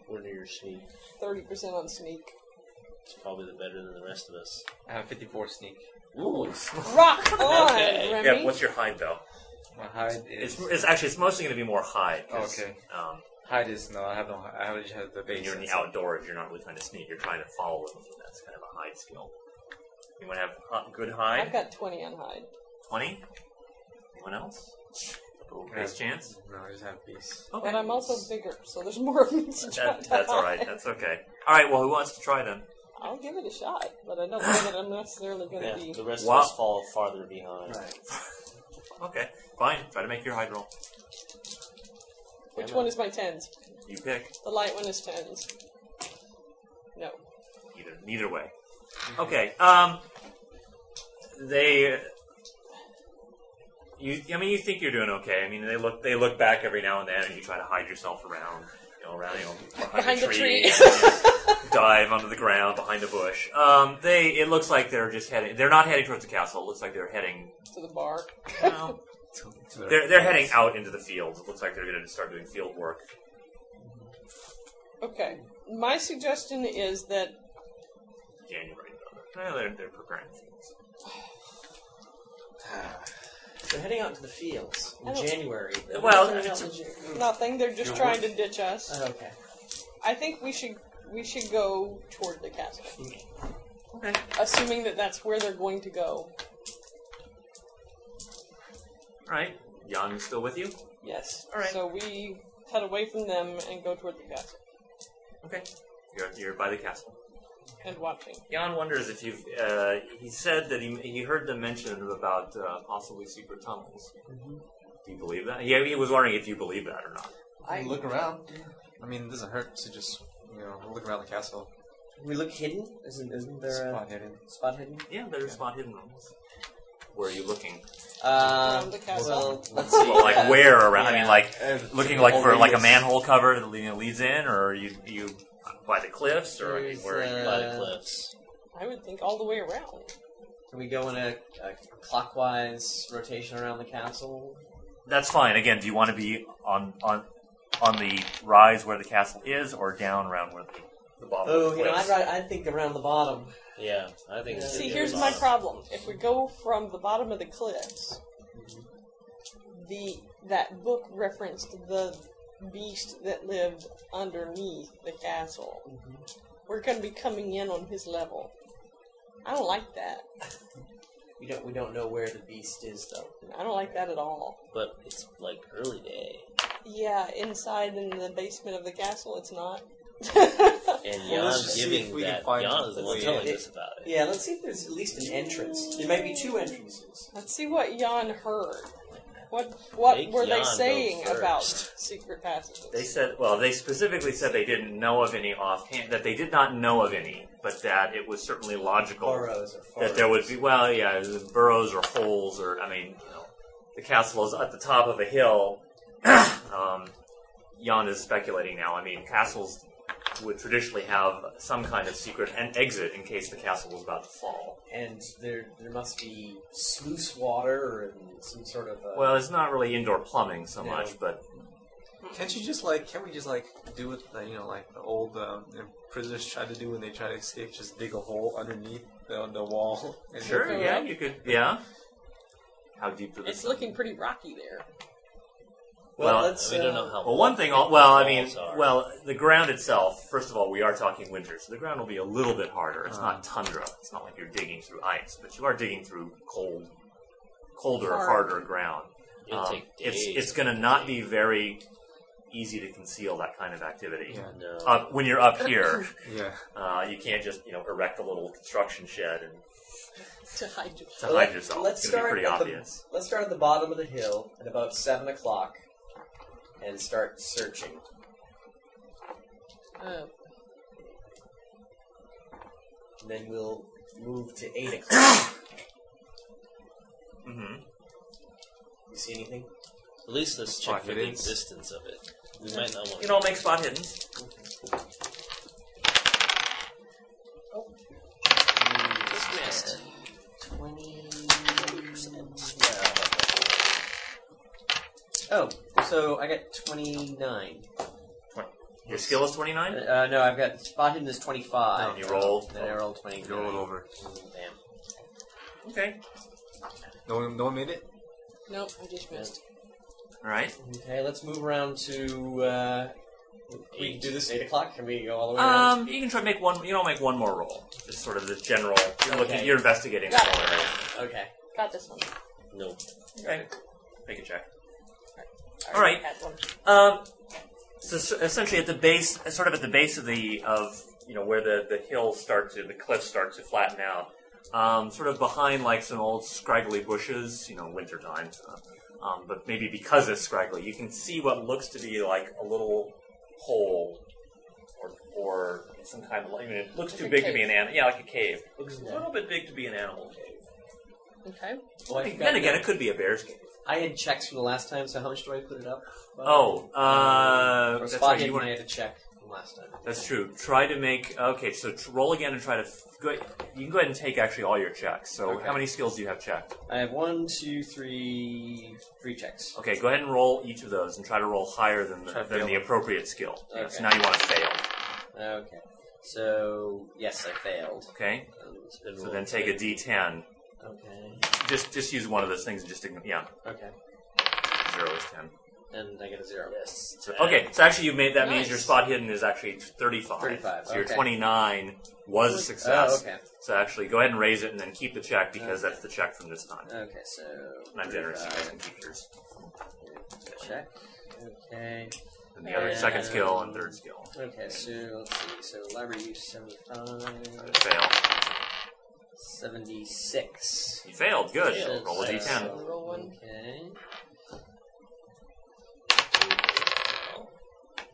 S6: one of your sneak
S5: thirty percent on sneak.
S6: is probably the better than the rest of us.
S3: I have 54 sneak.
S6: Ooh.
S5: Rock on,
S6: Okay.
S5: Remy.
S2: Yeah, what's your hide though?
S3: My hide is. oh,
S2: It's, it's actually it's mostly going to be more hide. 'cause,
S3: Okay.
S2: Um,
S3: Hide is. No, I have no. hi- I already have the
S2: when
S3: base.
S2: you're in the
S3: sensor.
S2: outdoors, you're not really trying to sneak. You're trying to follow them. So that's kind of a hide skill. You want to have hu- good
S5: I've
S2: hide?
S5: got twenty on hide.
S2: Twenty. Anyone else?
S3: Can
S2: Base
S3: I have-
S2: chance.
S3: No, I just have base.
S2: Okay.
S5: But I'm also bigger, so there's more of me to try
S2: That-
S5: to
S2: that's all right.
S5: hide.
S2: That's okay. All right. Well, who wants to try then?
S5: I'll give it a shot, but I don't know that I'm necessarily going
S6: Yeah,
S5: to be.
S6: the rest
S2: Wow.
S6: of us fall farther behind.
S4: Right.
S2: okay, fine. Try to make your hide roll.
S5: Which
S6: Damn
S5: one
S6: it.
S5: is my tens?
S2: You pick
S5: The light one is tens. No.
S2: either. Neither way. Okay. Um, they. You. I mean, you think you're doing okay. I mean, they look. They look back every now and then, and you try to hide yourself around. You know, around you know, behind,
S5: Behind
S2: the
S5: the
S2: tree.
S5: tree.
S2: dive under the ground behind the bush. Um, they. It looks like they're just heading. They're not heading towards the castle. It looks like they're heading.
S5: To the bar.
S2: Well, They're, they're heading out into the fields. It looks like they're going to start doing field work.
S5: Okay. My suggestion is that
S2: January. No, they're, they're preparing fields.
S4: They're heading out to the fields
S5: I
S4: in
S5: don't-
S4: January.
S2: Oh. Well,
S4: They're
S2: it's-
S4: out in Jan-
S5: nothing, they're just
S3: You're
S5: trying to ditch us.
S4: Oh, okay.
S5: I think we should we should go toward the castle.
S2: Okay.
S5: Assuming that that's where they're going to go.
S2: All right. Jan is still with you?
S5: Yes.
S2: All right.
S5: So we head away from them and go toward the castle
S2: Okay. You're, you're by the castle.
S5: and watching.
S2: Jan wonders if you've. Uh, he said that he, he heard them mention about uh, possibly secret tunnels. Do you believe that? Yeah, he was wondering if you believe that or not.
S3: I look around. I mean, it doesn't hurt to just you know look around the castle.
S4: We look hidden. Isn't isn't there uh,
S3: Spot
S4: a
S3: hidden.
S4: spot hidden?
S2: Yeah, there's spot hidden tunnels. Where are you looking?
S4: Uh,
S5: Around the castle.
S4: Well, let's see.
S2: Well, like
S4: uh,
S2: where around? I mean,
S4: yeah. Uh,
S2: like looking like
S4: All
S2: for like a
S4: windows.
S2: manhole cover that you know, leads in, or you you by the cliffs, or I mean,
S4: There's,
S2: where? are you?
S6: By the
S4: Uh,
S6: cliffs.
S5: I would think all the way around.
S4: Can we go in a, a clockwise rotation around the castle?
S2: That's fine. Again, do you want to be on on on the rise where the castle is, or down around where the, the bottom? of
S4: Oh,
S2: the
S4: you know, I'd
S2: cliffs?
S4: rather, I think around the bottom.
S6: Yeah, I think. it's
S5: See,
S6: the
S5: here's
S6: other
S5: my
S6: side.
S5: problem. If we go from the bottom of the cliffs,
S2: Mm-hmm.
S5: the that book referenced the beast that lived underneath the castle. We're going to be coming in on his level. I don't like that.
S4: We don't we don't know where the beast is though.
S5: I don't like that at all.
S6: But it's like early day,
S5: Yeah, inside in the basement of the castle, it's not.
S6: and
S3: Well, let's
S6: Jan's
S3: just see if
S6: giving
S3: we can
S6: that.
S3: find
S6: Jan is the one
S3: the-
S6: telling
S4: it-
S6: us about it.
S4: Yeah, let's see if there's at least an entrance. There might be two entrances.
S5: Let's see what Jan heard. What what
S6: Make
S5: were
S6: Jan
S5: they
S6: go
S5: saying about
S6: first.
S5: secret passages?
S2: They said, well, they specifically said they didn't know of any offhand, that they did not know of any, but that it was certainly logical
S4: Burrows or
S2: that there would be, well, yeah, burrows or holes or, I mean, you know, the castle is at the top of a hill. um, Jan is speculating now. I mean, castles would traditionally have some kind of secret and exit in case the castle was about to fall.
S4: and there there must be sluice water and some sort of. Uh,
S2: Well, it's not really indoor plumbing so
S4: Yeah.
S2: much, but
S3: Can't you just like? Can't we just like do what the you know like the old um, prisoners try to do when they try to escape? Just dig a hole underneath the, the wall. And
S2: sure,
S5: Okay.
S2: yeah, you could, yeah. How deep do
S5: It's
S2: this?
S5: looking pretty rocky there.
S2: well,
S4: let's.
S6: we don't
S4: uh,
S6: know how.
S2: Well, one thing, al- well, I mean,
S6: walls are.
S2: well, the ground itself, first of all, we are talking winter, so the ground will be a little bit harder. It's
S6: Uh.
S2: not tundra. It's not like you're digging through ice, but you are digging through cold, colder,
S5: Hard.
S2: harder ground.
S6: It'll
S2: Um,
S6: take
S2: it's
S6: days.
S2: it's going to not be very easy to conceal that kind of activity.
S3: Yeah.
S6: No.
S2: Up, when you're up here,
S3: Yeah.
S2: uh, you can't just you know erect a little construction shed and
S5: to hide you.
S2: to
S4: Well,
S2: hide yourself.
S4: let's
S2: it's going to
S4: start
S2: be pretty
S4: at the-
S2: obvious.
S4: Let's start at the bottom of the hill at about seven o'clock, and start searching.
S5: Uh,
S4: And then we'll move to eight o'clock.
S2: hmm
S4: you see anything?
S6: At least let's check
S3: Fuck,
S6: for
S3: it
S6: the
S3: is.
S6: existence of it. We might not want
S2: You
S6: to.
S2: can all make spot hidden.
S6: missed.
S4: Twenty. Oh, so I got twenty-nine.
S2: Your skill is twenty
S4: Uh,
S2: nine.
S4: Uh, no, I've got spot hidden is twenty-five.
S2: You roll.
S4: Then I rolled twenty.
S3: You rolled over.
S4: Bam.
S2: Okay.
S3: No one, no one made it.
S5: nope, I just missed.
S2: All right.
S4: Okay, let's move around to. Uh, we can do this eight o'clock. Can we go all the way around?
S2: Um, you can try to make one. You know, make one more roll. Just sort of the general. You're looking.
S4: Okay.
S2: You're investigating the
S5: Got it.
S2: whole area.
S4: Okay.
S5: Got this one.
S6: No.
S2: Okay. Make a check.
S5: I
S2: All
S5: already
S2: right.
S5: had one.
S2: Um, so s- essentially, at the base, sort of at the base of the of you know where the the hills start to the cliffs start to flatten out. um, sort of behind like some old scraggly bushes, you know, wintertime. uh, Um, but maybe because it's scraggly, you can see what looks to be like a little hole or, or some kind of, I mean, it looks
S5: Like
S2: too
S5: a
S2: big to
S5: cave.
S2: be an animal. Yeah, like a cave. Looks a little bit big to be an animal cave.
S5: Okay.
S4: Well, I
S2: I mean,
S4: forgot
S2: then
S4: to-
S2: again, it could be a bear's cave.
S4: I had checks from the last time, so how much do I put it up? by?
S2: Oh, uh,
S4: Or
S2: that's
S4: spot
S2: right. You
S4: hidden,
S2: want
S4: I had a check from last time.
S2: That's true. Try to make okay. So tr- roll again and try to f- go. You can go ahead and take actually all your checks. So
S4: Okay.
S2: how many skills do you have checked?
S4: I have one, two, three, three checks.
S2: Okay, go ahead and roll each of those and try to roll higher than the,
S4: Try to
S2: than
S4: fail
S2: the
S4: it.
S2: appropriate skill. Yeah,
S4: Okay.
S2: so now you want to fail.
S4: Okay. So yes, I failed.
S2: Okay.
S4: Um, it's been
S2: So
S4: rolled
S2: then take a
S4: three.
S2: D10.
S4: Okay.
S2: Just just use one of those things and just ign- yeah
S4: Okay.
S2: zero is ten.
S4: And I get a zero.
S6: Yes.
S2: So, okay, so actually you made that means
S5: Nice.
S2: your spot hidden is actually thirty five.
S4: 35,
S2: So your
S4: okay.
S2: twenty nine was a
S4: Oh,
S2: success.
S4: okay.
S2: So actually go ahead and raise it and then keep the check because that's the check from this time.
S4: Okay, so.
S2: And I'm generous. You guys
S4: 35,
S2: can keep yours.
S4: Check. Okay.
S2: And the other
S4: And-
S2: second skill and third skill.
S4: Okay, so let's see. So library use 75,
S2: That fail.
S4: 76.
S2: You failed. Good.
S4: Failed.
S2: Roll a d10.
S4: So,
S5: Roll one.
S4: Okay.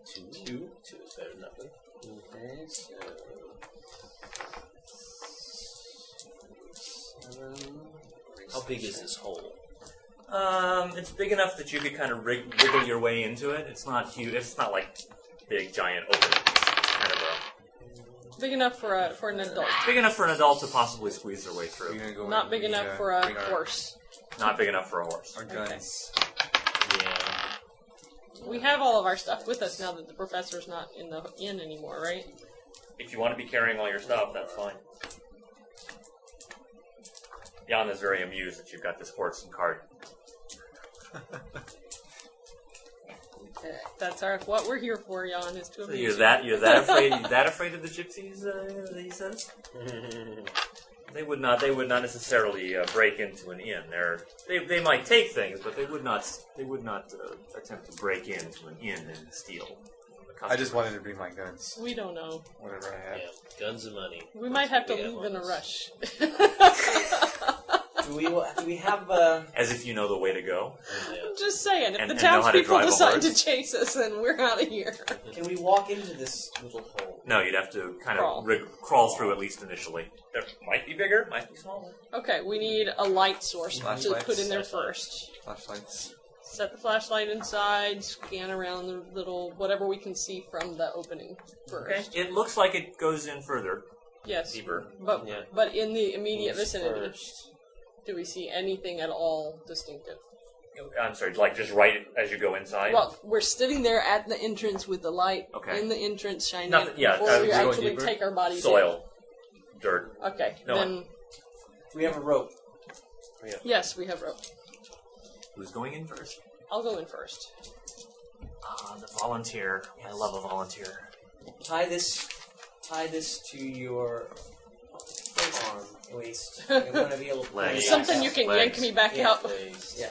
S6: Two.
S4: Two.
S6: Two is better than nothing.
S4: Okay, so. Seven.
S6: How big is this hole?
S2: Um, it's big enough that you could kind of rig- wiggle your way into it. It's not huge. It's not like big giant opening. It's kind of a
S5: Big enough for a for an adult.
S2: big enough for an adult to possibly squeeze their way through.
S3: gonna go
S5: Not
S3: in
S5: big
S3: and,
S5: enough
S3: uh,
S5: for a
S3: bring our-
S5: horse.
S2: Not big enough for a horse.
S3: Our guns.
S6: Yeah.
S5: We have all of our stuff with us now that the professor's not in the inn anymore, right?
S2: If you want to be carrying all your stuff, that's fine. Jan is very amused that you've got this horse and cart.
S4: Okay.
S5: That's our what we're here for, Jan, is
S2: So
S5: to amuse
S2: you're
S5: you.
S2: that you're that afraid you're that afraid of the gypsies? Uh, that he says they would not they would not necessarily uh, break into an inn. They're, they they might take things, but they would not they would not uh, attempt to break into an inn and steal. a customer.
S3: I just wanted to bring my guns,
S5: We don't know.
S3: whatever I
S6: yeah.
S3: had.
S6: Guns and money.
S5: We might have to
S6: We have
S5: leave in a
S6: ours.
S5: rush.
S4: Do we, do we have. Uh,
S2: as if you know the way to go.
S6: Yeah.
S5: I'm just saying, if
S2: And-
S5: the
S2: and know how to
S5: townspeople
S2: drive a
S5: decide to
S2: horse.
S5: chase us, then we're out of here.
S4: can we walk into this little hole?
S2: No, you'd have to kind
S5: Crawl.
S2: of rig- crawl through at least initially. There might be bigger, might be smaller.
S5: Okay, we need a light source to
S3: Flashlights.
S5: put in there first.
S3: Flashlights.
S5: Set the flashlight inside, scan around the little whatever we can see from the opening
S2: Okay.
S5: first.
S2: It looks like it goes in further,
S5: Yes.
S2: deeper.
S5: But
S6: Yeah.
S5: but in the immediate vicinity,
S6: First.
S5: do we see anything at all distinctive?
S2: I'm sorry, like just right as you go inside.
S5: Well, we're sitting there at the entrance with the light
S2: Okay.
S5: in the entrance shining
S2: Nothing-
S5: in
S2: yeah,
S5: before
S2: uh,
S5: we
S2: we're
S3: going
S5: actually
S3: deeper.
S5: take our bodies
S2: soil, dirt.
S5: in. Okay.
S2: No
S5: then
S4: We have a rope.
S5: yes, we have rope.
S2: Who's going in first?
S5: I'll go in first.
S2: Ah, the volunteer. I love a volunteer.
S4: Tie this. Tie this to your arm, waist. You want to be able to.
S2: Leg. Yeah,
S5: Something you can
S2: legs.
S5: yank me back
S4: Yeah,
S5: out.
S6: Legs.
S4: Yeah.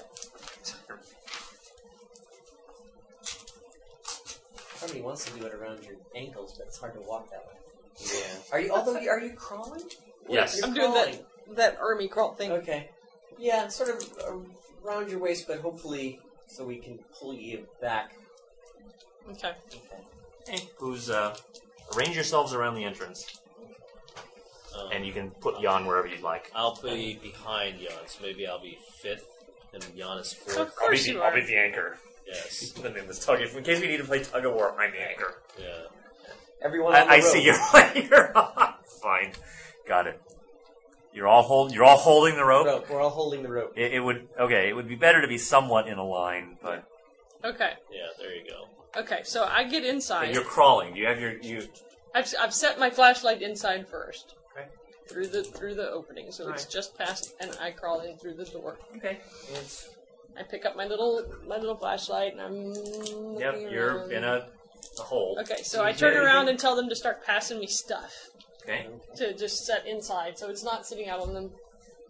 S4: Somebody wants to do it around your ankles, but it's hard to walk that way.
S6: Yeah.
S4: Are you? Although, you- are you crawling?
S2: Yes.
S4: You're
S5: I'm doing that-
S4: crawling.
S5: That army crawl thing.
S4: Okay. Yeah, sort of around your waist, but hopefully so we can pull you back.
S5: Okay.
S2: Okay. Who's uh? Arrange yourselves around the entrance,
S6: Um,
S2: and you can put Jan wherever you'd like.
S6: I'll be behind Jan, so maybe I'll be fifth, and Jan is
S5: Of
S6: fourth.
S2: I'll be,
S5: course
S2: the,
S5: you
S2: I'll
S5: are.
S2: be the anchor.
S6: Yes.
S2: The name is Tug. If, in case we need to play tug of war, I'm the anchor.
S6: Yeah.
S4: Everyone, on the
S2: I, I
S4: rope.
S2: see you're you're on. Fine, got it. You're all hold, You're all holding the rope.
S4: Rope. We're all holding the rope.
S2: It, it would okay. It would be better to be somewhat in a line, but
S5: Okay.
S6: Yeah. There you go.
S5: Okay. So I get inside.
S2: you're crawling. Do you have your you?
S5: I've, I've set my flashlight inside first.
S2: Okay.
S5: Through the through the opening, so it's just past, and I crawl in through the door.
S2: Okay.
S5: I pick up my little my little flashlight, and I'm. looking
S2: Yep. You're
S5: around.
S2: in a, a hole.
S5: Okay, so I turn around and tell them to start passing me stuff
S2: Okay.
S5: to just set inside, so it's not sitting out on them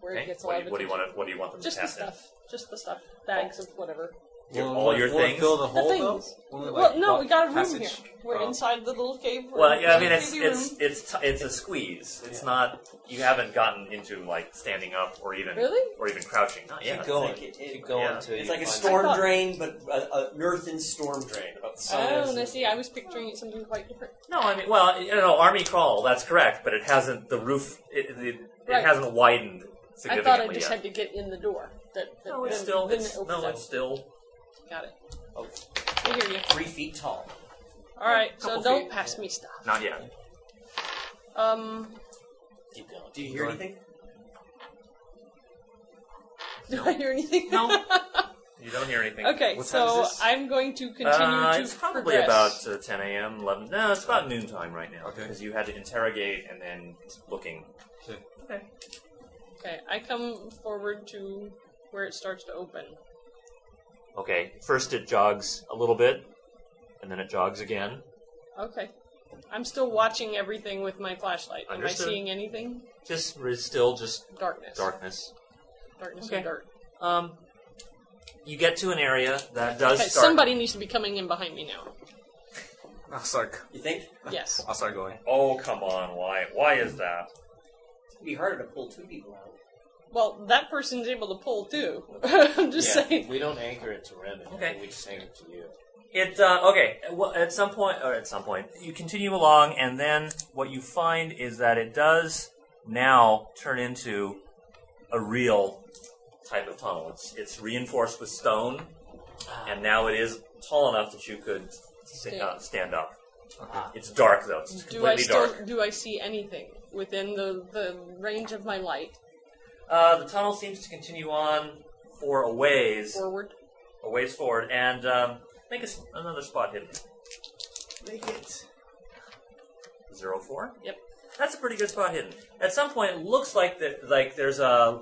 S5: where
S2: Okay.
S5: it gets a
S2: What,
S5: lot
S2: do
S5: of
S2: you, what do you
S5: attention.
S2: want? To, what do you want them
S5: Just
S2: to
S5: the
S2: pass in?
S5: stuff, just the stuff, bags of whatever.
S2: Your-
S3: Will-
S2: all
S3: will-
S2: your
S3: will it
S2: things?
S3: Fill the hole though.
S5: things.
S3: Will it,
S5: well,
S3: like,
S5: no,
S3: block
S5: we got a room
S3: passage?
S5: here. We're
S3: Oh.
S5: inside the little cave. Room.
S2: Well, yeah, I mean,
S5: It's
S2: it's
S5: a busy
S2: it's
S5: room.
S2: it's t- it's a squeeze. It's not you haven't gotten into like standing up or even
S5: Really?
S2: or even crouching. Not
S6: Keep
S2: yet.
S6: going.
S4: Like it- it-
S6: Keep going
S2: yeah.
S6: until
S4: It's
S6: you
S4: like a
S6: find
S4: storm
S5: thought-
S4: drain, but a, a, an earthen storm drain. About the size
S5: Oh,
S4: of-
S5: and I see. I was picturing it something quite different.
S2: No, I mean, well, you know, army crawl. That's correct, but it hasn't the roof. It, it,
S5: Right.
S2: it hasn't widened
S5: I
S2: significantly
S5: thought I just
S2: yet.
S5: had to get in the door. That, that
S2: no, it's
S5: then-
S2: still.
S5: then
S2: It's,
S5: it opens
S2: no,
S5: up.
S2: it's still.
S5: Got it.
S4: Oh.
S5: I hear you.
S4: three feet tall.
S5: All right, so
S2: Oh, Couple
S5: don't
S2: feet.
S5: pass me stuff.
S2: Not yet.
S5: Um,
S6: Keep going.
S4: Do you hear
S3: Right.
S4: anything?
S5: do I hear anything?
S2: No. You don't hear anything.
S5: okay,
S3: What time is
S5: so
S3: this?
S5: I'm going to continue
S2: Uh,
S5: to
S2: it's probably
S5: progress.
S2: about uh, 10 a.m., 11. No, it's about noontime right now
S3: Okay.
S2: because you had to interrogate and then looking.
S5: Okay, I come forward to where it starts to open.
S2: Okay, first it jogs a little bit, and then it jogs again.
S5: Okay. I'm still watching everything with my flashlight. Am
S2: Understood.
S5: I seeing anything?
S2: Just it's still just
S5: Darkness.
S2: darkness.
S5: Darkness
S2: Okay.
S5: and dirt.
S2: Um, you get to an area that does
S5: Okay,
S2: start.
S5: somebody needs to be coming in behind me now.
S3: I'll start.
S4: You think?
S5: Yes.
S3: I'll start going.
S2: Oh come on! Why? Why is that?
S4: It'd be harder to pull two people out.
S5: Well, that person's able to pull too. I'm just
S6: Yeah,
S5: saying.
S6: We don't anchor it to Revan.
S2: Okay.
S6: We just anchor it to you.
S2: It uh, okay. Well, at some point, or at some point, you continue along, and then what you find is that it does now turn into a real type of tunnel. It's it's reinforced with stone, and now it is tall enough that you could sta- uh, stand up. It's dark though. It's
S5: Uh-huh. Do I
S2: completely
S5: still
S2: dark.
S5: do I see anything within the, the range of my light?
S2: Uh, the tunnel seems to continue on for a ways,
S5: Forward.
S2: a ways forward, and um, make us another spot hidden.
S4: Make it.
S2: Zero four.
S5: Yep.
S2: That's a pretty good spot hidden. At some point, it looks like that like there's a,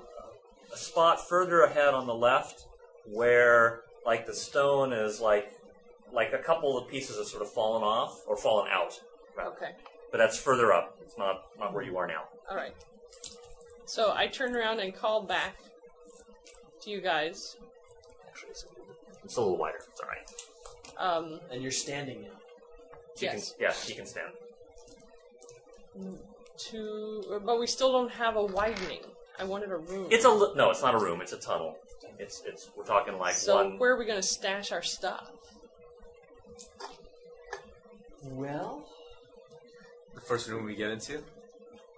S2: a spot further ahead on the left where like the stone is like like a couple of pieces have sort of fallen off or fallen out,
S5: Okay.
S2: but that's further up. It's not not where you are now.
S5: All right. So I turn around and call back to you guys.
S2: Actually, it's a little, it's a little wider. It's all right.
S5: Um,
S4: And you're standing now.
S2: She
S5: Yes.
S2: Can, yeah, she can stand.
S5: to but we still don't have a widening. I wanted a room.
S2: It's a li- no. It's not a room. It's a tunnel. It's it's we're talking like
S5: so
S2: one.
S5: where are we going to stash our stuff?
S4: Well,
S3: The first room we get into.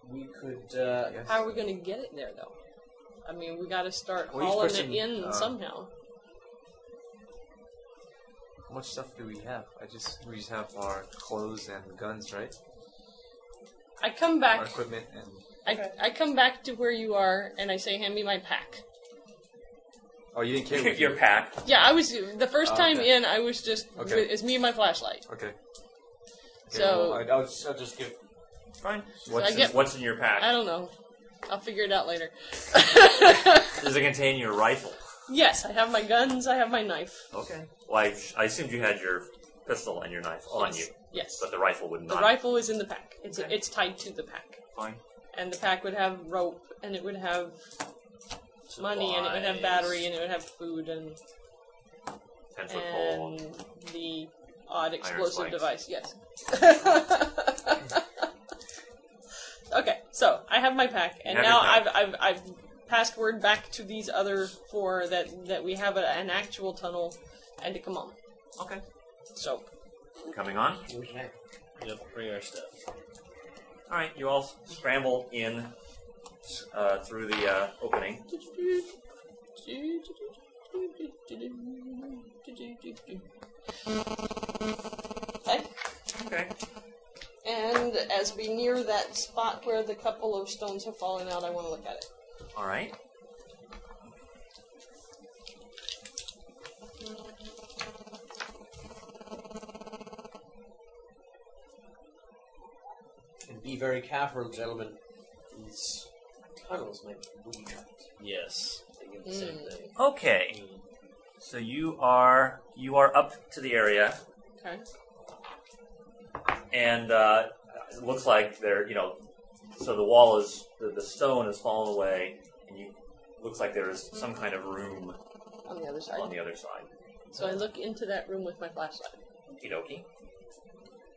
S4: we could. Uh,
S3: Yes.
S5: How are we going to get it there though? I mean, we got to start
S3: Well, each
S5: hauling
S3: person,
S5: it in
S3: uh,
S5: somehow.
S3: How much stuff do we have? I just we just have our clothes and guns, right?
S5: I come
S3: Our
S5: back.
S3: equipment and
S5: I, I come back to where you are, and I say, "Hand me my pack."
S3: oh, you didn't carry with
S2: your
S3: you.
S2: pack.
S5: Yeah, I was the first
S3: Oh,
S5: time
S3: okay.
S5: in. I was just
S3: Okay.
S5: it's me and my flashlight.
S3: Okay. Okay,
S5: So-
S3: well, I, I'll, just, I'll just give.
S2: Fine.
S5: I
S2: What's in,
S5: get-
S2: what's in your pack?
S5: I don't know. I'll figure it out later.
S2: Does it contain your rifle?
S5: yes, I have my guns. I have my knife.
S2: Okay. Well, I, I assumed you had your pistol and your knife on you,
S5: Yes.
S2: but the rifle would
S5: The
S2: not.
S5: rifle is in the pack. It's
S2: Okay.
S5: it's tied to the pack,
S2: Fine.
S5: and the pack would have rope, and it would have money, and it would have battery, and it would have food, and
S2: Ten foot pole.
S5: and the odd explosive
S2: spikes.
S5: device. Yes. okay, so I have my pack, and
S2: have your
S5: now
S2: pack.
S5: I've I've I've passed word back to these other four that that we have a, an actual tunnel and to come on.
S2: Okay.
S5: So
S2: Coming on.
S4: okay.
S6: Yep, bring our stuff.
S2: All right. You all scramble in uh, through the uh, opening.
S5: Okay.
S2: Okay.
S5: And as we near that spot where the couple of stones have fallen out, I want to look at it.
S2: All right.
S4: And be very careful, gentlemen. These tunnels might be booby trapped.
S6: Yes.
S4: Thinking the same
S5: Mm.
S4: thing.
S2: Okay. So you are you are up to the area,
S5: Okay.
S2: and uh, it looks like there. You know, so the wall is the, the stone has fallen away, and you looks like there is some kind of room
S5: On the other side.
S2: on the other side.
S5: So I look into that room with my flashlight.
S2: Okie dokie.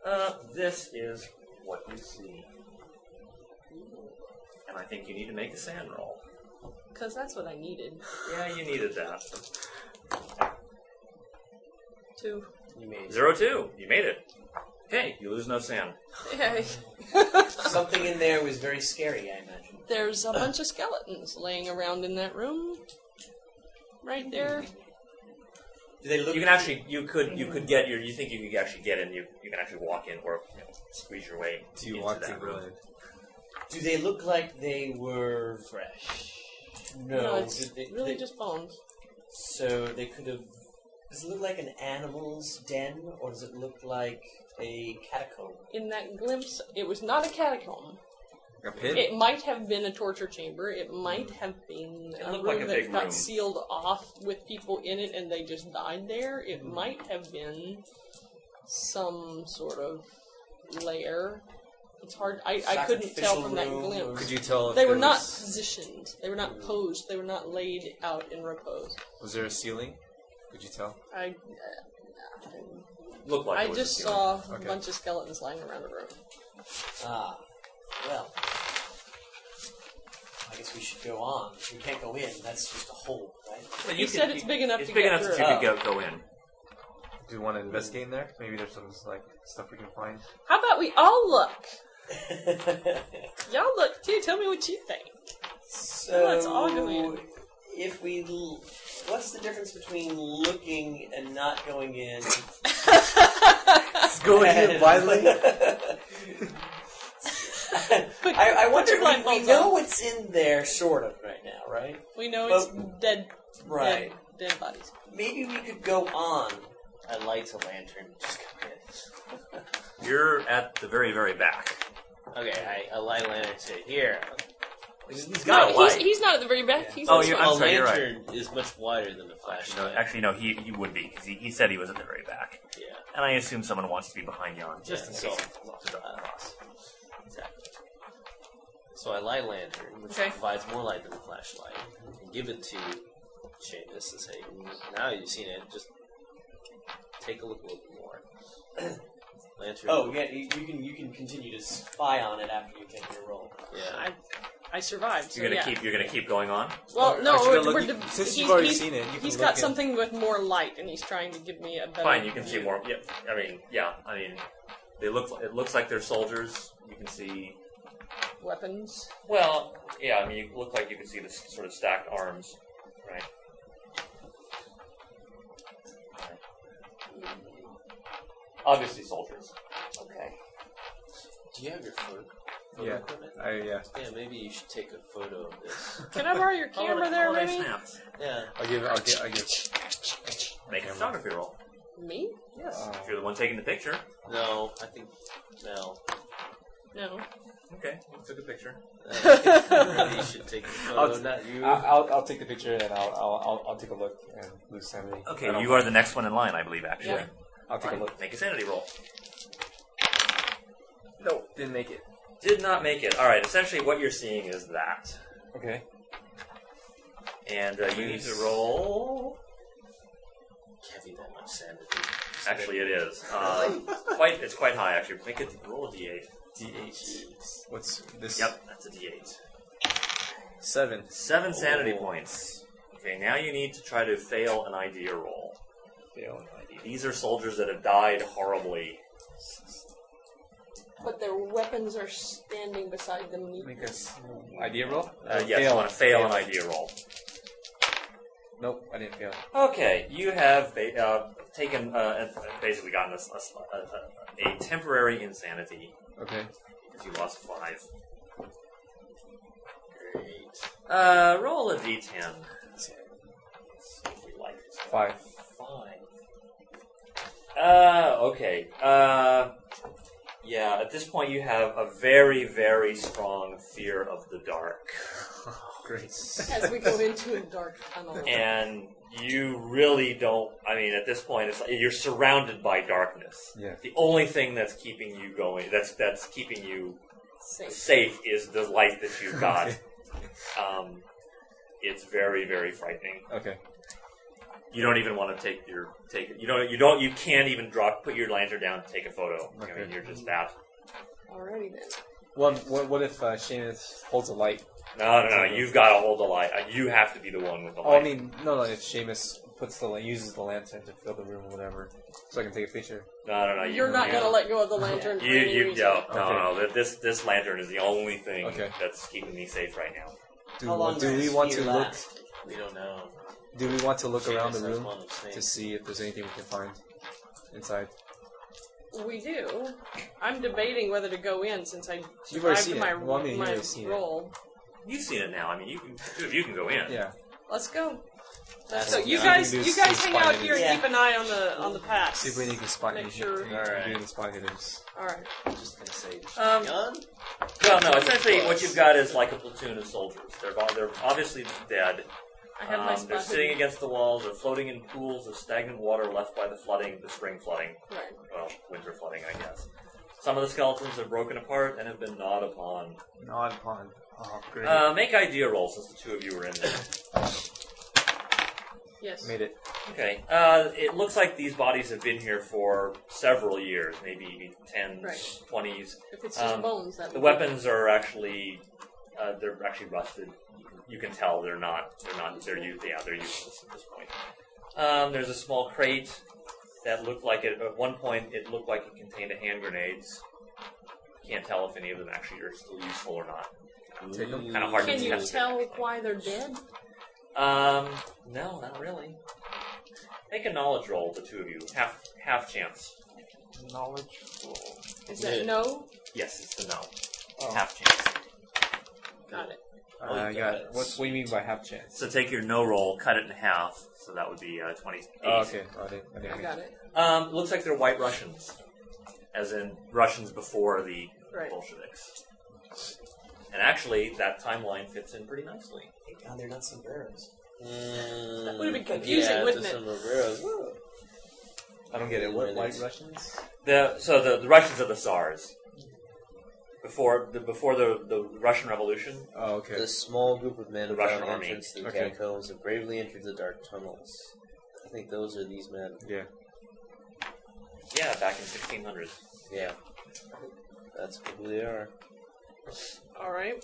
S2: Uh, this is what you see. And I think you need to make a sand roll.
S5: Because that's what I needed.
S2: Yeah, you needed that.
S5: Two.
S4: You made
S2: Zero two. You made it. Okay, you lose no sand.
S5: Yay.
S4: Something in there was very scary, I imagine.
S5: There's a bunch of skeletons laying around in that room. Right there.
S4: Do they look?
S2: You can actually, you could, you could get your. You think you could actually get in? You, you can actually walk in or you know, squeeze your way
S3: Do you
S2: into
S3: want
S2: that
S3: to
S2: room.
S3: really?
S4: Do they look like they were fresh? No.
S5: it's
S4: did they-
S5: really
S4: they-
S5: just bones.
S4: So they could have. Does it look like an animal's den, or does it look like a catacomb?
S5: In that glimpse, it was not a catacomb.
S3: A pit?
S5: It might have been a torture chamber. It might have been
S2: It
S5: a room
S2: looked like a
S5: that
S2: big
S5: got
S2: room.
S5: sealed off with people in it and they just died there. It
S2: Hmm.
S5: might have been some sort of lair. It's hard. I, I couldn't tell
S4: Sacrificial
S5: from that
S4: room
S5: glimpse.
S3: Could you tell? If
S5: They
S3: there
S5: were not
S3: was-
S5: positioned. They were
S2: Hmm.
S5: not posed. They were not laid out in repose.
S3: Was there a ceiling? Could you tell?
S5: I uh,
S2: Look like
S5: I
S2: it was a
S5: just
S2: ceiling.
S5: saw
S3: Okay.
S5: a bunch of skeletons lying around the room.
S4: Ah, well. I guess we should go on. We can't go in. That's just a hole, right?
S2: But
S5: You said it's big enough
S2: It's
S5: to
S2: big
S5: get
S2: enough that
S5: through. Oh.
S2: you could go, go in.
S3: Do you want to investigate in there? Maybe there's some like stuff we can find.
S5: How about we all look? Y'all look too. Tell me what you think.
S4: so
S5: let's all go in.
S4: If we, l- what's the difference between looking and not going in?
S3: Going in blindly.
S4: I, I wonder.
S5: your
S4: We, we
S5: blindfolds
S4: know
S5: on.
S4: what's in there, sort of, right now, right?
S5: We know
S4: But-
S5: it's dead,
S4: Right.
S5: dead, dead bodies.
S4: Maybe we could go on.
S6: I light a lantern. and Just go
S2: You're at the very, very back.
S6: in. Okay, I, I light a lantern. Say, here.
S2: He's- he's got a
S5: he's,
S2: light.
S5: he's not at the very back.
S4: Yeah.
S5: He's
S2: Oh,
S5: at the
S2: you're-
S5: front.
S2: I'm
S6: a
S2: sorry, you're right.
S6: lantern is much wider than the
S2: No,
S6: flashlight.
S2: actually, no, he, he would be, because he, he said he was at the very back.
S6: Yeah.
S2: And I assume someone wants to be behind Jan, just
S6: Yeah,
S2: in
S6: so-
S2: case he falls off the cross.
S6: Exactly. So I light a lantern, which
S5: Okay.
S6: provides more light than the flashlight, and give it to Seamus to say, now you've seen it, just take a look a little bit more. lantern.
S4: Oh yeah, you, you can you can continue to spy on it after you take your roll.
S6: Yeah.
S5: I, I survived. So
S2: You're gonna
S5: yeah.
S2: keep, you're gonna keep going on?
S5: Well, no,
S3: Actually,
S5: we're,
S3: look,
S5: we're
S3: you-
S5: div-
S3: since
S5: he-
S3: you've already
S5: he's-
S3: seen it, you
S5: he's
S3: can
S5: got
S3: look in.
S5: something with more light, and he's trying to give me a better.
S2: Fine, you can see
S5: view.
S2: more, yep, I mean, yeah, I mean, they look, it looks like they're soldiers, you can see,
S5: weapons.
S2: well, yeah, I mean, you look like you can see the s- sort of stacked arms, right? Obviously soldiers.
S5: Okay.
S6: Do you have your photo, photo
S3: Yeah.
S6: equipment?
S3: I yeah.
S6: Yeah, maybe you should take a photo of this.
S5: Can I borrow your camera there,
S2: Holiday
S5: Remy?
S2: snaps.
S6: Yeah.
S3: I'll give. I'll give. I'll give.
S2: Make a photography roll.
S5: Me?
S2: Yes.
S3: Oh.
S2: If you're the one taking the picture.
S6: No, I think Mel.
S5: No.
S2: Okay, you took a picture.
S6: Maybe you should take a photo,
S3: I'll-
S6: Oh, not you.
S3: I- I'll, I'll take the picture and I'll, I'll, I'll, I'll take a look and lose sanity. I
S2: Okay,
S3: don't-
S2: you are the next one in line, I believe, actually.
S5: Yeah.
S3: I'll take a
S2: Fine,
S3: look.
S2: Make a sanity roll. No.
S3: Didn't make it.
S2: Did not make it. Alright, essentially what you're seeing is that.
S3: Okay.
S2: And uh, you need to roll.
S6: Can't be that much sanity.
S2: Actually, it is. Uh, quite, it's quite high, actually. Make it roll a d8.
S3: D8. What's this?
S2: Yep, that's a d8.
S3: Seven.
S2: Seven sanity
S6: Oh.
S2: points. Okay, now you need to try to fail an idea roll.
S3: Fail.
S2: These are soldiers that have died horribly.
S5: But their weapons are standing beside them.
S3: Make us idea roll.
S2: Uh, yes, you want to fail an idea roll.
S3: Nope, I didn't fail.
S2: Okay, you have ba- uh, taken, uh, basically gotten a, s- a s- a- a- a temporary insanity
S3: Okay.
S2: because you lost five. Great. Uh, roll a d10. See if we like it.
S3: Five.
S2: Five. Uh, okay. Uh, yeah, at this point you have a very, very strong fear of the dark.
S3: Great.
S5: As we go into a dark tunnel.
S2: and you really don't. I mean, at this point, it's like you're surrounded by darkness.
S3: Yeah.
S2: The only thing that's keeping you going, that's that's keeping you
S5: Safe.
S2: safe, is the light that you've got. um, it's very very frightening.
S3: Okay.
S2: You don't even want to take your take. You don't. You don't. You can't even drop. Put your lantern down. and Take a photo. I mean,
S3: Okay.
S2: you're just that.
S5: Alrighty then.
S3: What, what, what if uh, Seamus holds a light?
S2: No, no, no. You've got to hold the light. Uh, You have to be the one with the
S3: Oh, I
S2: light.
S3: mean, no, no, if Seamus puts the la- uses the lantern to fill the room or whatever, so I can take a picture.
S2: no, no, no. You,
S5: You're not
S2: you,
S5: going to let go of the lantern.
S2: You,
S5: for any
S2: you,
S5: reason.
S2: no, no, no. This, this lantern is the only thing
S3: Okay.
S2: that's keeping me safe right now.
S3: Do,
S4: How long
S3: do
S4: does
S3: we want
S4: he
S3: to
S4: last?
S6: We don't know.
S3: look? Do we want to look around the
S6: Seamus has
S3: room
S6: one of snakes.
S3: to see if there's anything we can find inside?
S5: We do. I'm debating whether to go in since I
S3: You've already
S5: survived
S3: seen
S5: my,
S3: it. Well, I mean, you've
S5: my
S3: already seen it.
S5: roll.
S2: You've seen it now. I mean, you can, two of you can go in.
S3: Yeah.
S5: Let's go.
S6: That's
S5: So
S6: what
S5: you
S6: we-
S3: I
S5: guys,
S3: think
S5: you
S3: this
S5: guys
S3: is
S5: hang out
S3: fine.
S5: here
S4: Yeah.
S5: and keep an eye on the on the pass.
S3: See if we can spot
S5: Make
S3: anything.
S5: sure-
S3: anything
S6: Alright.
S3: we can spot anything.
S5: All right.
S6: I'm just gonna say,
S5: Um,
S6: Gun?
S2: Well, no. Essentially, what you've got is like a platoon of soldiers. They're they're obviously dead.
S5: I have my
S2: Um, they're
S5: spot.
S2: sitting
S5: hidden.
S2: against the walls. They're floating in pools of stagnant water left by the flooding, the spring flooding.
S5: Right.
S2: well, winter flooding, I guess. Some of the skeletons are broken apart and have been gnawed upon.
S3: Nod upon. Oh, great.
S2: Uh, make idea roll since the two of you were in there.
S5: Yes.
S3: Made it.
S2: Okay. Uh, it looks like these bodies have been here for several years, maybe 10s,
S5: Right.
S2: 20s.
S5: If it's just
S2: Um,
S5: bones, that
S2: The
S5: would-
S2: weapons are actually uh, they're actually rusted. You can- You can tell they're not they're not they're u- yeah they're useless at this point. Um, there's a small crate that looked like it at one point it looked like it contained a hand grenades. Can't tell if any of them actually are still useful or not.
S3: Take 'em.
S2: Kind of hard
S5: Can
S2: to
S5: you
S2: test.
S5: tell why they're dead?
S2: Um, no, not really. Make a knowledge roll, the two of you. Half half chance.
S3: Knowledge.
S5: Is that
S6: Yeah.
S5: no?
S2: Yes, it's the no.
S3: Oh.
S2: Half chance.
S5: Got it.
S3: Uh, I got it. What, what do you mean by half chance?
S2: So take your no roll, cut it in half. So that would be uh, twenty.
S3: Oh, okay. Oh, I didn't, I didn't
S5: I got it.
S2: Um, looks like they're white Russians, as in Russians before the
S5: Right.
S2: Bolsheviks. And actually, that timeline fits in pretty nicely.
S4: Thank God they're not sombreros.
S6: Mm,
S5: That would've been confusing,
S6: yeah,
S5: wouldn't
S6: just
S5: it?
S6: some Raveros.
S3: I don't get it. What, white Russians?
S2: The so the, the Russians are the Tsars. Before the before the, the Russian Revolution,
S3: Oh, okay.
S6: The small group of men
S2: The
S6: found
S2: Russian army.
S6: entrance to the
S3: Okay.
S6: catacombs and bravely entered the dark tunnels. I think those are these men.
S3: Yeah.
S2: yeah, back in 1600.
S6: Yeah. That's who they are.
S5: All right.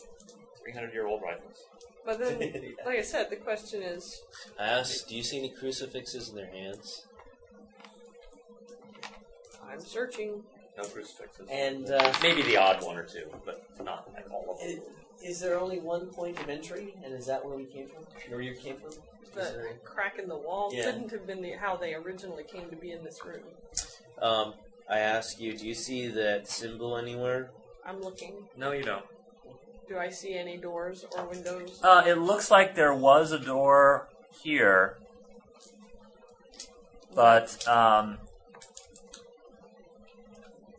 S2: 300 year old rifles.
S5: But then, like I said, the question is,
S6: I asked, do you see any crucifixes in their hands?
S5: I'm searching.
S2: No crucifixes.
S4: And uh,
S2: Maybe the odd one or two, but not like all of them.
S4: i- is there only one point of entry? And is that where we came from? Where you came from?
S5: The crack in the wall
S4: Yeah.
S5: couldn't have been the, how they originally came to be in this room.
S6: Um, I asked you, do you see that symbol anywhere?
S5: I'm looking.
S2: No, you don't.
S5: Do I see any doors or windows?
S2: Uh, it looks like there was a door here, but um,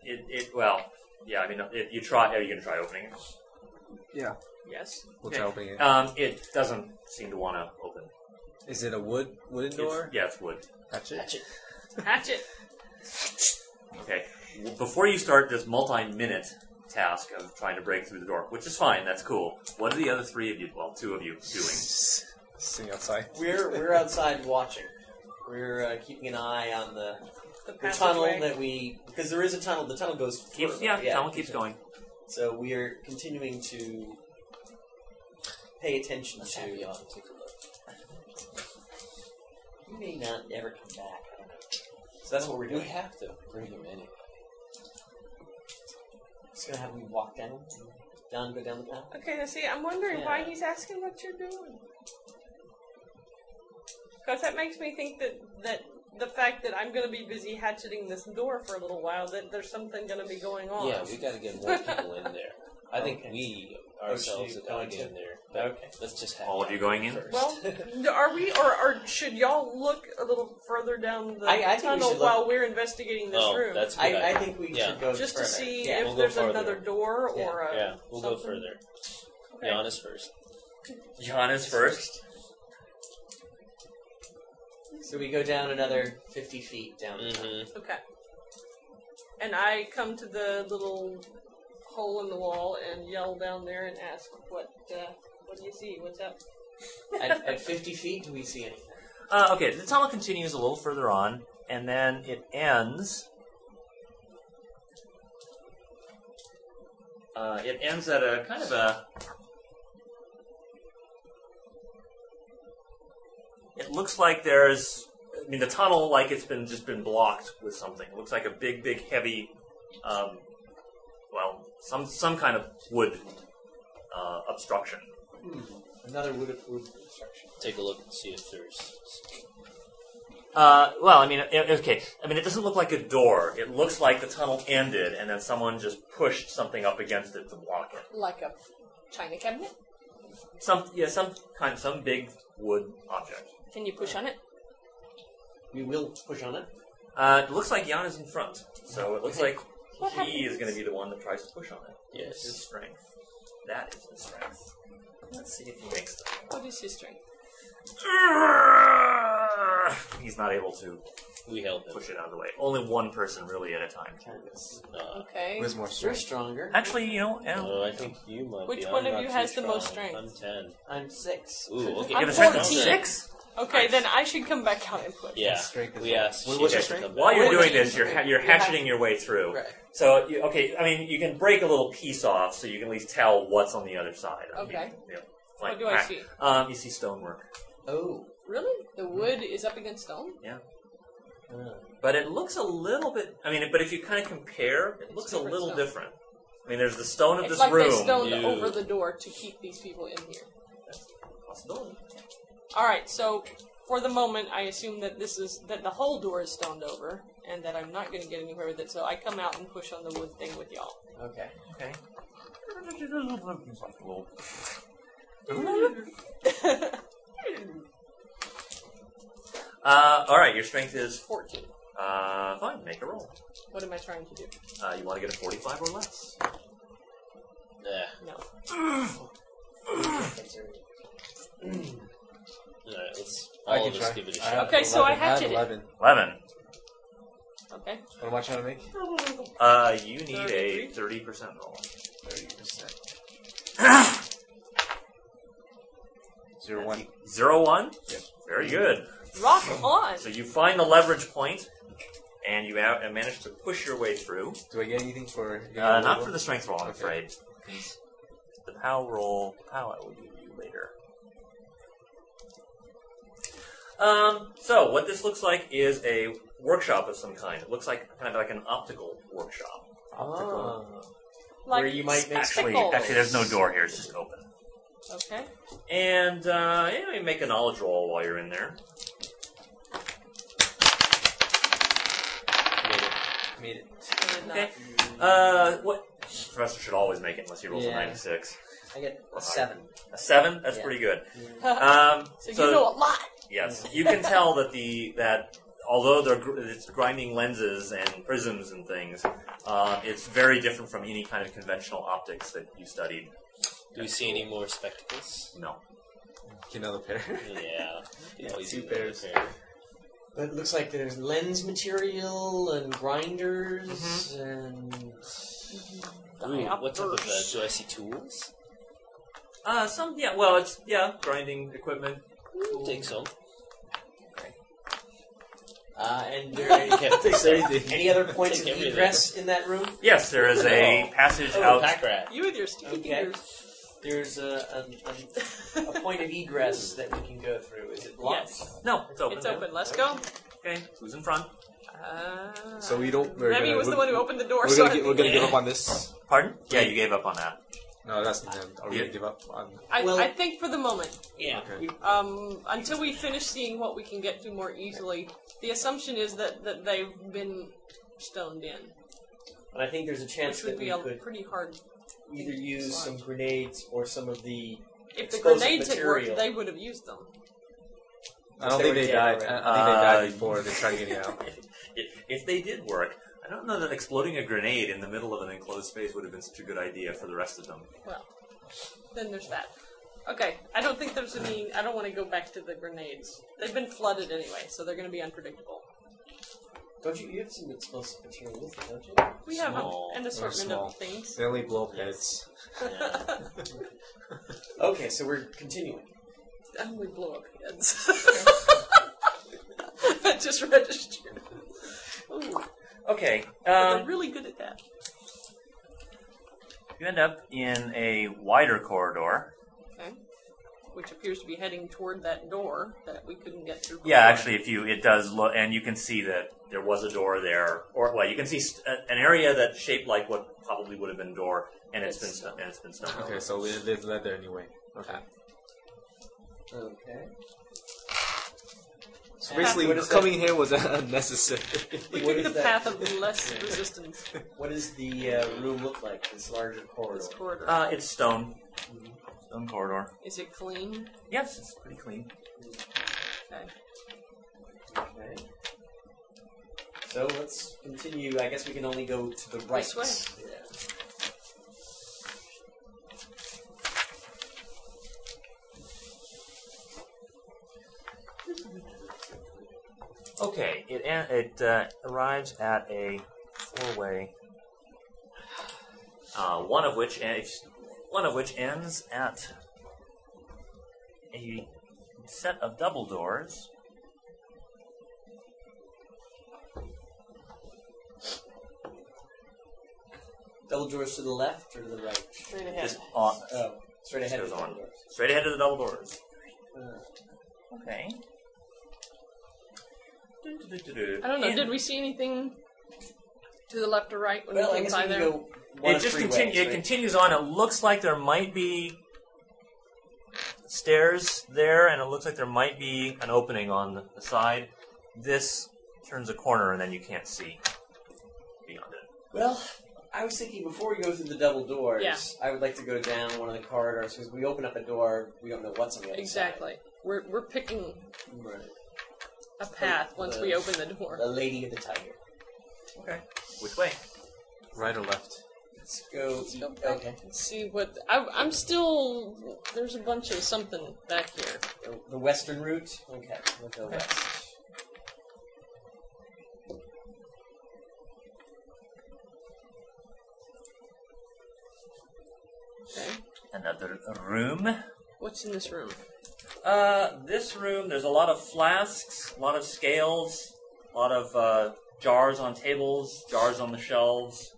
S2: it it well, yeah. I mean, if you try, are you gonna try opening it?
S5: Yes.
S3: We'll try opening it.
S2: Um, it doesn't seem to want to open.
S3: Is it a wood wooden
S2: It's,
S3: door?
S2: yeah, it's wood.
S3: Hatchet.
S4: Hatchet.
S5: Hatchet.
S2: Okay. W- Before you start this multi-minute task of trying to break through the door, which is fine, that's cool. What are the other three of you? Well, two of you doing?
S3: Sitting outside.
S4: We're we're outside watching. We're uh, keeping an eye on the,
S5: The
S4: the tunnel
S5: passageway.
S4: that we because there is a tunnel. The tunnel goes
S2: Keeps,
S4: further,
S2: yeah, Talon keeps going.
S4: So we are continuing to pay attention to. You may not ever come back. I don't know. So that's what we're doing.
S6: We have to bring him in.
S4: It's gonna have me walk down, down, go down the path.
S5: Okay, now see, I'm wondering why
S6: Yeah.
S5: he's asking what you're doing. Because that makes me think that that the fact that I'm going to be busy hatcheting this door for a little while, that there's something going to be going on.
S6: Yeah, we gotta get more people in there. I think
S4: Okay.
S6: we ourselves
S4: shoot,
S6: have gotta
S4: oh,
S6: get in there.
S4: Okay.
S6: Let's just have
S2: All of you going in?
S6: first.
S5: Well, are we, or, or should y'all look a little further down the
S4: I- I think we
S5: tunnel
S4: should look-
S5: while we're investigating this
S6: oh,
S5: room?
S6: that's a good
S4: I, I
S6: idea.
S4: think we
S6: Yeah.
S4: should go
S5: just to
S4: further.
S5: see
S4: Yeah.
S5: if
S6: we'll go
S5: there's
S6: farther.
S5: another door
S4: Yeah,
S5: or a
S6: yeah, we'll go
S5: something.
S6: further.
S5: Okay.
S6: Giannis first.
S2: Giannis first.
S4: So we go down another fifty feet down. the tunnel.
S6: Mm-hmm.
S5: Okay. And I come to the little hole in the wall and yell down there and ask, "What? Uh, what do you see? What's up?"
S4: At, at fifty feet, do we see anything?
S2: Uh, okay, the tunnel continues a little further on, and then it ends. Uh, it ends at a kind of a. It looks like there's. I mean, the tunnel, like it's been just been blocked with something. It looks like a big, big, heavy, um, well, some some kind of wood uh, obstruction.
S4: Another wood of wood construction.
S6: Take a look and see if there's.
S2: Uh, well, I mean, it, okay. I mean, it doesn't look like a door. It looks like the tunnel ended, and then someone just pushed something up against it to block it.
S8: Like a china cabinet.
S2: Some, yeah, some kind, some big wood object.
S8: Can you push on it?
S4: We will push on it.
S2: Uh, it looks like Jan is in front, so it looks like
S8: What
S2: he is going to be the one that tries to push on it. It's his
S6: Yes.
S2: strength. That is his strength. Let's see if he makes
S8: What is his strength?
S2: that. He's not able to
S6: We help him.
S2: push it out of the way. Only one person really at a time.
S6: Uh,
S8: Okay.
S3: Who's more
S4: You're
S3: strength?
S4: stronger.
S2: Actually, you know, yeah.
S6: no, I think you might.
S5: Which
S6: be.
S5: one
S6: I'm
S5: of
S6: not
S5: you
S6: too
S5: has the most
S6: strong.
S5: strength?
S6: I'm
S4: I'm six.
S6: ten. Ooh, okay.
S5: I'm
S2: You have a
S6: that's
S2: strength of
S5: 14.
S6: stronger.
S2: six?
S5: Okay, then I should come back out and push.
S6: Yeah.
S3: Strength is
S6: We asked.
S3: What- what's your
S6: you guys to
S3: strength?
S6: come
S2: While
S6: back.
S2: you're doing this, you're ha- you're
S4: You have-
S2: hatcheting your way through.
S4: Right.
S2: So you, okay, I mean, you can break a little piece off, so you can at least tell what's on the other side. I mean,
S8: Okay.
S2: you know, like,
S8: What do I
S2: crack.
S8: see?
S2: Um, you see stonework,
S4: Oh.
S8: Really? The wood is up against stone?
S4: hmm,
S2: but it looks a little bit. I mean, but if you kind of compare, it looks a
S8: different
S2: little
S8: stone.
S2: different. I mean, there's the stone of
S8: It's
S2: this
S8: like
S2: room.
S8: they stoned
S6: you-
S8: over the door to keep these people in here.
S2: Possibility.
S5: All right, so for the moment, I assume that this is that the whole door is stoned over, and that I'm not going to get anywhere with it. So I come out and push on the wood thing with y'all.
S4: Okay.
S2: Okay. Uh, all right, your strength is
S5: Fourteen.
S2: uh, fine. Make a roll.
S5: What am I trying to do?
S2: Uh, you want to get a 45 or less.
S6: Yeah.
S5: No.
S6: No, it's
S3: I
S6: all
S3: can
S6: of us
S3: try.
S6: give it a
S3: I
S6: shot.
S3: have
S5: Okay, so I
S3: 11. have
S5: hatchet it.
S3: 11.
S2: 11.
S5: Okay.
S3: What am I trying to make?
S2: Uh, you need a 30% roll.
S3: 30%. Zero one.
S2: Zero one?
S3: Yep.
S2: Very good.
S5: Rock on.
S2: So you find the leverage point, and you have, and manage to push your way through.
S3: Do I get anything for? getting
S2: Uh,
S3: a
S2: not
S3: roll?
S2: for the strength roll, I'm
S3: Okay.
S2: afraid. The POW roll, POW I will give you later. Um, so what this looks like is a workshop of some kind. It looks like kind of like an optical workshop.
S3: Optical.
S5: Like
S4: Where you might make
S2: Actually,
S5: spectacles.
S2: actually, there's no door here. It's just open.
S5: Okay.
S2: And uh, yeah, you make a knowledge roll while you're in there.
S3: Made it.
S5: And, uh,
S2: Okay. Uh, what? Professor should always make it unless he rolls
S4: Yeah.
S2: a 96.
S4: I get a seven. Hmm.
S2: A 7? That's
S4: Yeah.
S2: pretty good.
S3: Uh,
S2: Um,
S5: uh, so, you know a lot.
S2: yes, you can tell that the that although they're gr- it's grinding lenses and prisms and things, uh, it's very different from any kind of conventional optics that you studied.
S6: Do we see any more spectacles?
S2: No.
S3: Get another pair.
S6: Yeah.
S3: Yeah,
S6: Always
S3: two
S6: do another
S3: pairs.
S6: pair.
S4: But it looks like there's lens material and grinders
S2: Mhm.
S4: and
S6: Ooh, what's up with that? Do I see tools?
S2: Uh, some yeah. Well, it's yeah, grinding equipment.
S6: Ooh, Take some.
S4: uh, and there
S6: You can't take some.
S4: any other points of
S6: Take everything.
S4: egress in that room?
S2: Yes, there is a
S6: Oh.
S2: passage
S6: Oh,
S2: out.
S6: pack rat.
S5: You with your sticky
S4: Okay.
S5: fingers.
S4: There's a, a, a, a point of egress that we can go through. Is it blocked?
S5: Yes.
S2: No, it's open.
S5: It's open. Let's go.
S2: Okay, who's in front?
S5: Uh,
S3: So we don't. We're
S5: Remy
S3: gonna,
S5: was
S3: we're,
S5: the one who opened the door.
S3: We're
S5: so
S3: gonna,
S5: I
S3: gi- we're
S5: think-
S3: gonna give up on this.
S2: Pardon? Yeah, you gave up on that.
S3: No, that's not them. Are we
S2: Yeah.
S3: gonna give up on?
S5: I,
S4: Well-
S5: I think for the moment,
S4: Yeah.
S3: Okay.
S4: We-
S5: um, until we finish seeing what we can get to more easily, the assumption is that, that they've been stoned in,
S4: but I think there's a chance
S5: which would
S4: that we
S5: be a
S4: could
S5: pretty hard.
S4: either use some grenades or some of the.
S5: If the
S4: Explosive
S5: grenades had worked,
S4: material.
S5: they would have used them.
S3: I don't
S4: They
S3: think
S4: were
S3: they
S4: dead
S3: died.
S4: already.
S3: I, I think they
S2: Uh,
S3: died before they tried getting out.
S2: If, if they did work, I don't know that exploding a grenade in the middle of an enclosed space would have been such a good idea for the rest of them.
S5: Well, then there's that. Okay, I don't think there's any. I don't want to go back to the grenades. They've been flooded anyway, so they're going to be unpredictable.
S4: Don't you? You have some explosive material with you, don't you?
S5: We have a,
S6: Small.
S5: an assortment
S3: small.
S5: of things.
S3: They only blow up heads.
S6: Yeah.
S4: Okay, so we're continuing.
S5: And we blow up heads. just registered.
S8: Ooh,
S2: Okay.
S8: they're
S2: Um,
S8: really good at that.
S2: you end up in a wider corridor.
S8: Which appears to be heading toward that door that we couldn't get through.
S2: Yeah,
S8: before.
S2: actually, if you it does look, and you can see that there was a door there, or well, you can see st- a- an area that's shaped like what probably would have been door, and it's been st- and it's been stone.
S3: Okay, so it is led there anyway. Okay.
S4: Okay.
S3: So basically,
S4: What is
S3: coming here was unnecessary.
S8: We took
S4: What is
S8: the
S4: that?
S8: path of less resistance.
S4: What does the uh, room look like? This larger corridor.
S8: This corridor.
S2: Uh, it's stone, stone corridor.
S8: Is it clean?
S2: Yes, it's pretty clean.
S8: Okay.
S4: Okay. So let's continue. I guess we can only go to the right.
S8: This way?
S4: Yeah.
S2: Okay, it en- it uh, arrives at a four-way, uh, one of which ends, one of which ends at a set of double doors.
S4: Double doors to the left or to the right?
S5: Straight
S2: Just
S5: ahead.
S2: on,
S4: Oh, straight ahead.
S2: Goes
S4: of the
S2: on.
S4: doors.
S2: straight ahead to the double doors.
S4: Uh,
S2: Okay.
S8: I don't know. Did we see anything to the left or right when
S4: well,
S8: we
S4: I
S8: came
S4: guess
S8: by
S4: we can
S8: there?
S4: go one
S2: It
S4: of
S2: just
S4: three
S2: continue.
S4: ways,
S2: it
S4: right?
S2: continues on. It looks like there might be stairs there, and it looks like there might be an opening on the side. This turns a corner, and then you can't see beyond it.
S4: Well, I was thinking before we go through the double doors,
S8: Yeah.
S4: I would like to go down one of the corridors because we open up a door, we don't know what's on the other
S8: Exactly. We're, we're picking
S4: side. Right.
S8: a path once we open the door.
S4: The Lady of the Tiger.
S2: Okay. Which way?
S3: Right or left?
S4: Let's go.
S8: Let's go back
S4: okay.
S8: and see what. I, I'm still. There's a bunch of something back here.
S4: The, the western route. Okay. We'll go
S2: Okay.
S4: west.
S8: Okay.
S2: Another room.
S8: What's in this room?
S2: Uh, this room. There's a lot of flasks, a lot of scales, a lot of uh, jars on tables, jars on the shelves.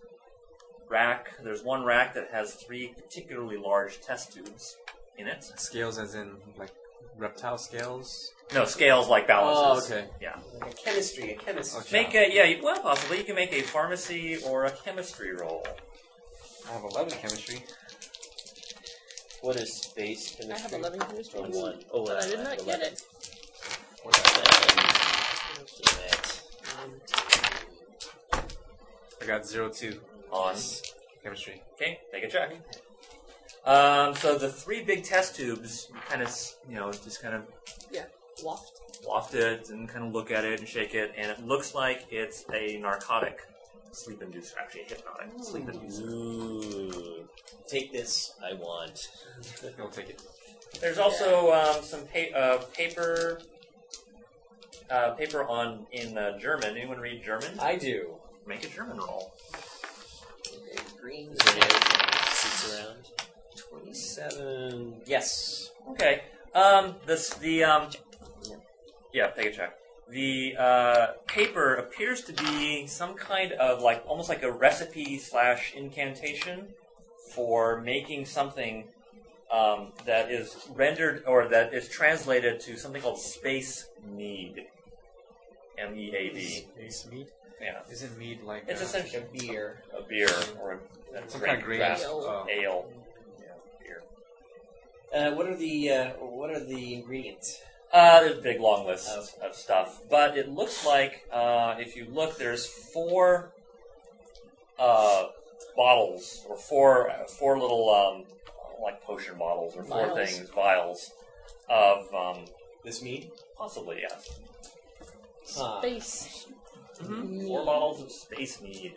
S2: Rack. There's one rack that has three particularly large test tubes in it.
S3: Scales, as in like reptile scales.
S2: No, scales like balances.
S3: Oh, okay.
S2: Yeah.
S4: Like a chemistry, a chemistry.
S3: Okay.
S2: Make a yeah, you- well possibly you can make a pharmacy or a chemistry roll.
S3: I have eleven chemistry.
S6: What is space
S8: I have
S6: chemistry?
S8: 11 chemistry.
S6: Or one. Oh,
S8: But I did not get it.
S6: What's that? Damn it.
S3: I got zero two
S2: On
S3: chemistry.
S2: okay, make a check. Um, so the three big test tubes, you kind of you know just kind of
S8: Waft.
S2: waft it and kind of look at it and shake it, and it looks like it's a narcotic, sleep inducer, actually a hypnotic, sleep inducer.
S6: Ooh,
S4: Take this.
S6: I want.
S3: I'll take it.
S2: There's also um, some pa- uh, paper. Uh, paper on in uh, German. Anyone read German?
S4: I do.
S2: Make a German roll.
S4: Okay, green.
S6: Is there any other seats around?
S4: Twenty-seven. Yes.
S2: Okay. Um. This the um. Yeah, take a check. The uh, paper appears to be some kind of like almost like a recipe slash incantation for making something um, that is rendered or that is translated to something called space mead. M E A D.
S3: Is mead?
S2: Yeah,
S3: Isn't mead like
S2: it's
S3: uh,
S4: Like a
S2: essentially
S4: beer.
S2: a beer or a, a
S3: some
S2: drink,
S3: kind of grain?
S2: draft,
S3: Oh.
S2: ale. Yeah, beer.
S4: Uh, what are the uh, What are the ingredients?
S2: Uh, there's a big long list of stuff, but it looks like uh, if you look, there's four uh, bottles or four uh, four little um, like potion bottles or four
S8: Vials.
S2: things vials of um,
S4: This meat.
S2: possibly yes
S4: Huh.
S8: Space.
S2: four
S5: Mm-hmm.
S8: Mead.
S2: bottles of space mead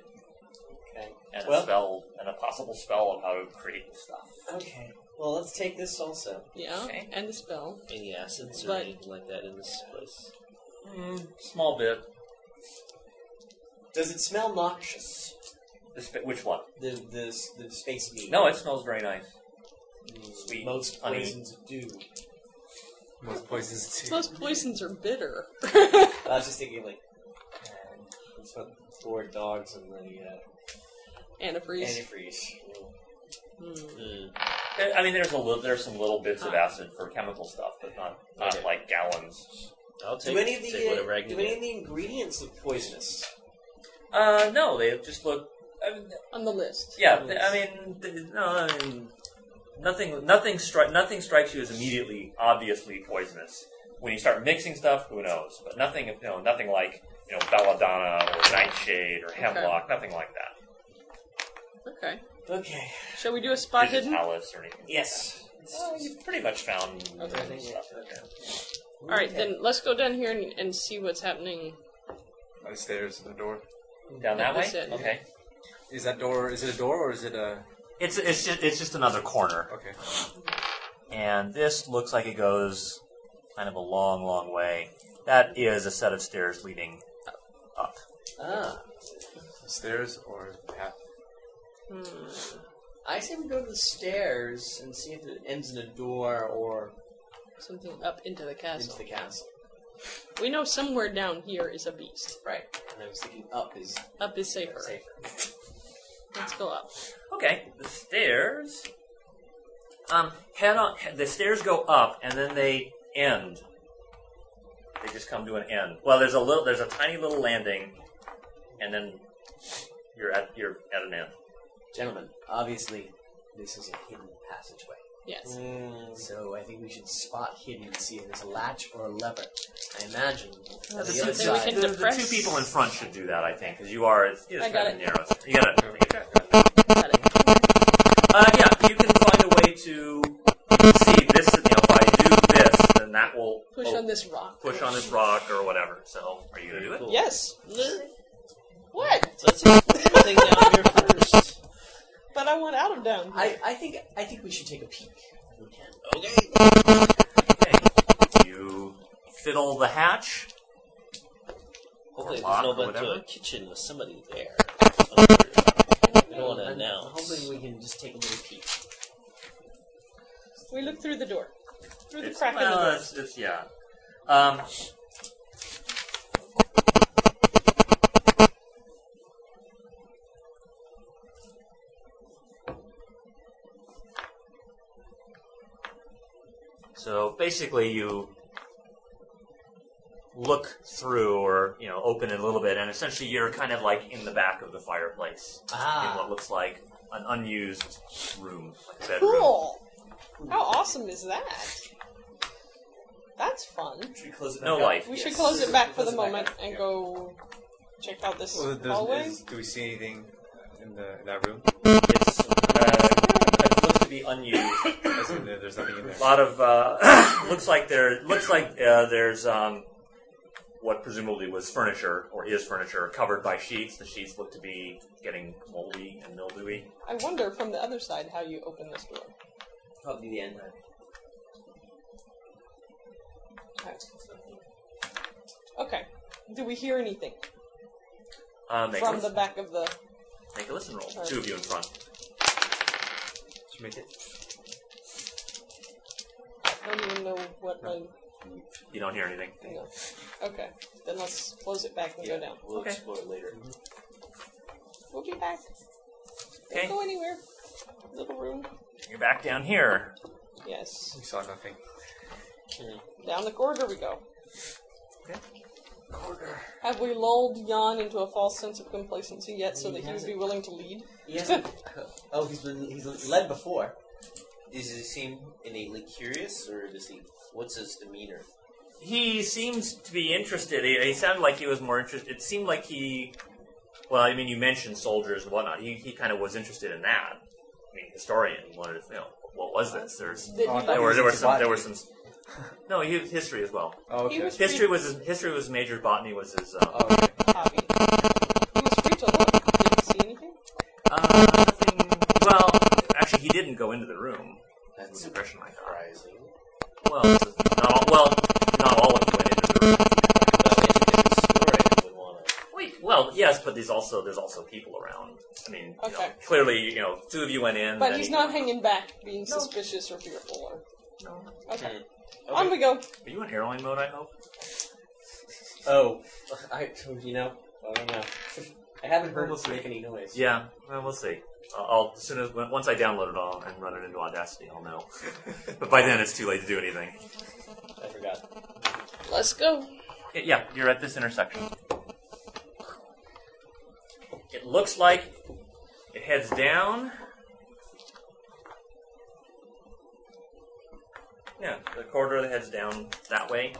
S4: Okay.
S2: and
S4: Well-
S2: a spell and a possible spell of how to create the stuff.
S4: Okay. Well, let's take this also.
S8: Yeah.
S2: Okay.
S8: And the spell.
S6: Any acids or
S8: But-
S6: anything like that in this place?
S2: Mm, small bit.
S4: Does it smell noxious?
S2: The sp- which one?
S4: The the the space meat.
S2: No, it smells very nice.
S4: Mm,
S2: sweet.
S4: Most
S2: Honey.
S4: poisons do.
S3: Most poisons too.
S8: Most poisons are bitter.
S9: I was just thinking like um, it's about four dogs and the uh,
S8: Antifreeze.
S9: antifreeze.
S8: Mm.
S6: Hmm.
S2: I I mean, there's a little, there's some little bits of acid for chemical stuff, but not not
S6: Okay.
S2: like gallons.
S6: I'll take,
S9: Do any of
S6: take
S9: the
S6: whatever I
S9: uh,
S6: can
S9: do
S6: get.
S9: any of the ingredients look poisonous?
S2: Uh, no, they just look. I mean,
S8: On the list.
S2: yeah, th- I mean, th- no, I mean, nothing, nothing, stri- nothing strikes you as immediately obviously poisonous. When you start mixing stuff, who knows? But nothing, you know, nothing like you know belladonna or nightshade or hemlock, nothing like that.
S8: Okay.
S9: Okay.
S8: Shall we do a spot hidden?
S2: Digitalis or anything.
S9: Yes.
S2: Well, you've pretty much found
S9: Okay.
S2: stuff.
S8: All right, then let's go down here and, and see what's happening.
S3: By the stairs and the door.
S2: Down that way?
S8: Mm-hmm. That's it.
S2: Okay.
S3: Is that door? Is it a door or is it a?
S2: It's it's just, it's just another corner,
S3: Okay.
S2: and this looks like it goes kind of a long, long way. That is a set of stairs leading up.
S4: Ah,
S3: Stairs or path?
S8: Hmm.
S4: I say we go to the stairs and see if it ends in a door or
S8: Something up into the
S4: into
S8: castle.
S4: the castle.
S8: We know somewhere down here is a beast.
S4: Right. And I was thinking oh, up is
S8: Up is safer.
S4: safer.
S8: Let's go up.
S2: Okay, the stairs. Um, head on. The stairs go up, and then they end. They just come to an end. Well, there's a little, there's a tiny little landing, and then you're at you're at an end.
S4: Gentlemen, obviously this is a hidden passageway.
S8: Yes.
S4: So I think we should spot hidden and see if there's a latch or a lever. I imagine on
S2: The,
S4: the other
S8: something we
S4: side.
S8: can
S2: the- the two
S8: depress.
S2: people in front should do that, I think, because you are it's, it's
S8: I
S2: kind
S8: got
S2: of
S8: it.
S2: narrow. You gotta. Mm.
S8: Got it.
S2: Uh, yeah, you can find a way to see this. You know, if I do this, then that will
S8: Push
S2: oh,
S8: on this rock.
S2: push on this rock or whatever. So, are you gonna do it?
S5: Yes. What?
S6: So let's explore the thing down here first.
S5: But I want out of down here.
S4: I, I think I think we should take a peek. if We can.
S6: Okay.
S2: Okay. You fiddle the hatch.
S6: Hopefully
S2: lock
S6: there's no
S2: or
S6: but to
S2: whatever.
S6: a kitchen with somebody there. We don't want to
S4: I'm hoping
S6: announce.
S4: we can just take a little peek.
S5: We look through the door. Through the
S2: It's-
S5: crack in
S2: well,
S5: the door.
S2: it's, it's yeah. Um, so basically, you look through, or you know, open it a little bit, and essentially you're kind of like in the back of the fireplace in
S4: Ah,
S2: what looks like an unused room, like a bedroom.
S5: Cool. How awesome is that? That's fun.
S9: Should we close it
S2: No
S9: back up?
S2: life.
S5: We
S9: Yes.
S5: should close it back for the
S9: Close it back
S5: moment
S9: up,
S5: and
S9: yeah.
S5: go check out this
S3: Well, does-
S5: hallway.
S3: is- do we see anything in the in that room?
S2: It's uh, it looks to be unused.
S3: As in there- there's nothing in there.
S2: A lot of uh, looks like there looks like uh, there's um, what presumably was furniture or is furniture covered by sheets. The sheets look to be getting moldy and mildewy.
S5: I wonder from the other side how you open this door.
S4: probably the end.
S5: Okay. Do we hear anything
S2: Uh, make, a,
S5: from the back of the?
S2: make a listen roll. Two of you in front.
S3: Did you make it?
S5: I don't even know what my.
S2: You don't hear anything.
S5: No. Okay. Then let's close it back and go down.
S6: We'll
S2: Okay.
S6: explore later.
S5: We'll be back.
S2: Okay.
S5: Don't go anywhere. Little room.
S2: You're back down here.
S5: Yes.
S3: We saw nothing.
S5: Down the corridor we go.
S2: Okay.
S5: Have we lulled Jan into a false sense of complacency yet so that he would be willing to lead?
S4: He hasn't. oh, he's been he's led before.
S6: Does he seem innately curious, or does he? What's his demeanor?
S2: He seems to be interested. He, he sounded like he was more interested. It seemed like he. Well, I mean, you mentioned soldiers and whatnot. He, he kind of was interested in that. I mean, historian. He wanted to you know what was this? There's
S5: That
S3: Oh, I thought
S5: he-
S2: there
S3: he
S2: were
S3: was
S2: there were
S3: into
S2: some there were
S3: botany.
S2: some. No, he, history as well.
S3: Oh,
S5: He
S3: okay.
S5: was-
S2: History was his, history was major. Botany was his. Um,
S3: Oh, okay.
S5: copy. He was free to look. Did he see anything?
S2: uh, nothing, well, actually, he didn't go into the room. That's the impression I got.
S6: Surprising.
S2: Well, not all, well, not all of them went into the room.
S6: Well, if it's historian, would want to.
S2: Wait, well, yes, but there's also there's also people around. I mean, you know,
S5: Okay.
S2: clearly, you know, two of you went in.
S5: But
S2: then
S5: he's
S2: he-
S5: not hanging back, being suspicious or fearful. Or...
S2: No.
S5: Okay.
S6: Hmm.
S5: On we go.
S2: Are you in airline mode? I hope.
S9: Oh, I you know I don't know. I haven't heard it make any noise.
S2: Yeah, well, we'll see. I'll, I'll as soon as once I download it all and run it into Audacity, I'll know. but by then, it's too late to do anything.
S9: I forgot.
S5: Let's go.
S2: Y- Yeah, you're at this intersection. It looks like it heads down. Yeah, the corridor that heads down that way.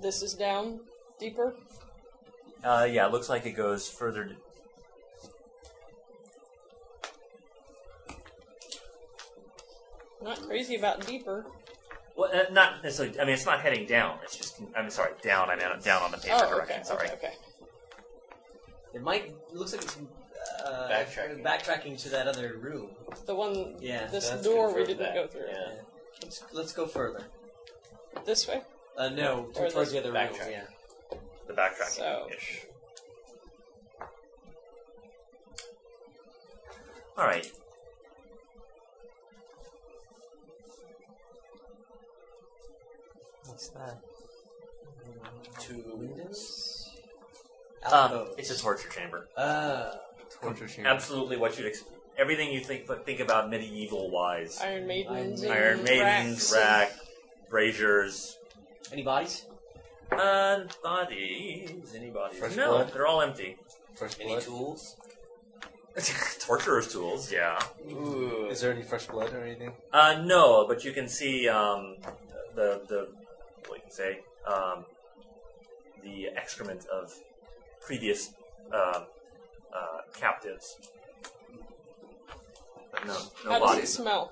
S5: This is down deeper.
S2: Uh, yeah, it looks like it goes further. d-
S5: Not crazy about deeper.
S2: Well, uh, not necessarily. I mean, it's not heading down. It's just. I'm sorry, down. I meant down on the paper
S5: oh,
S2: direction.
S5: okay.
S2: Sorry.
S5: Okay. okay.
S4: It might it looks like it's uh,
S6: Backtracking.
S4: backtracking to that other room.
S5: The one.
S4: Yeah,
S5: This
S9: that's
S5: door we
S9: confirmed
S5: didn't
S9: that.
S5: go through.
S6: Yeah.
S4: Let's, let's go further.
S5: This way.
S4: Uh, no,
S5: Or
S4: to- towards the
S5: this-
S4: other room.
S6: Backtrack.
S4: Yeah.
S2: The backtracking
S5: So-
S2: ish. All right.
S9: What's that?
S4: Two windows.
S2: Um,
S4: Alcoves.
S2: it's a torture chamber.
S4: Uh,
S3: Torture chamber.
S2: Absolutely, what you'd ex- everything you think but think about medieval wise.
S5: Iron Maidens.
S4: Maiden.
S2: Iron
S5: and
S2: Maidens,
S5: Rax
S2: Rack, braziers,
S4: any bodies?
S2: uh, bodies, any bodies?
S3: Fresh
S2: no,
S3: blood?
S2: they're all empty.
S3: Fresh
S6: Any
S3: blood.
S6: tools?
S2: Torturer's tools, yeah.
S6: Ooh.
S3: Is there any fresh blood or anything?
S2: Uh, no, but you can see um, the the what you can say um, the excrement of previous uh, uh, captives. But no,
S5: and-
S2: no
S5: How does it
S2: bodies.
S5: smell?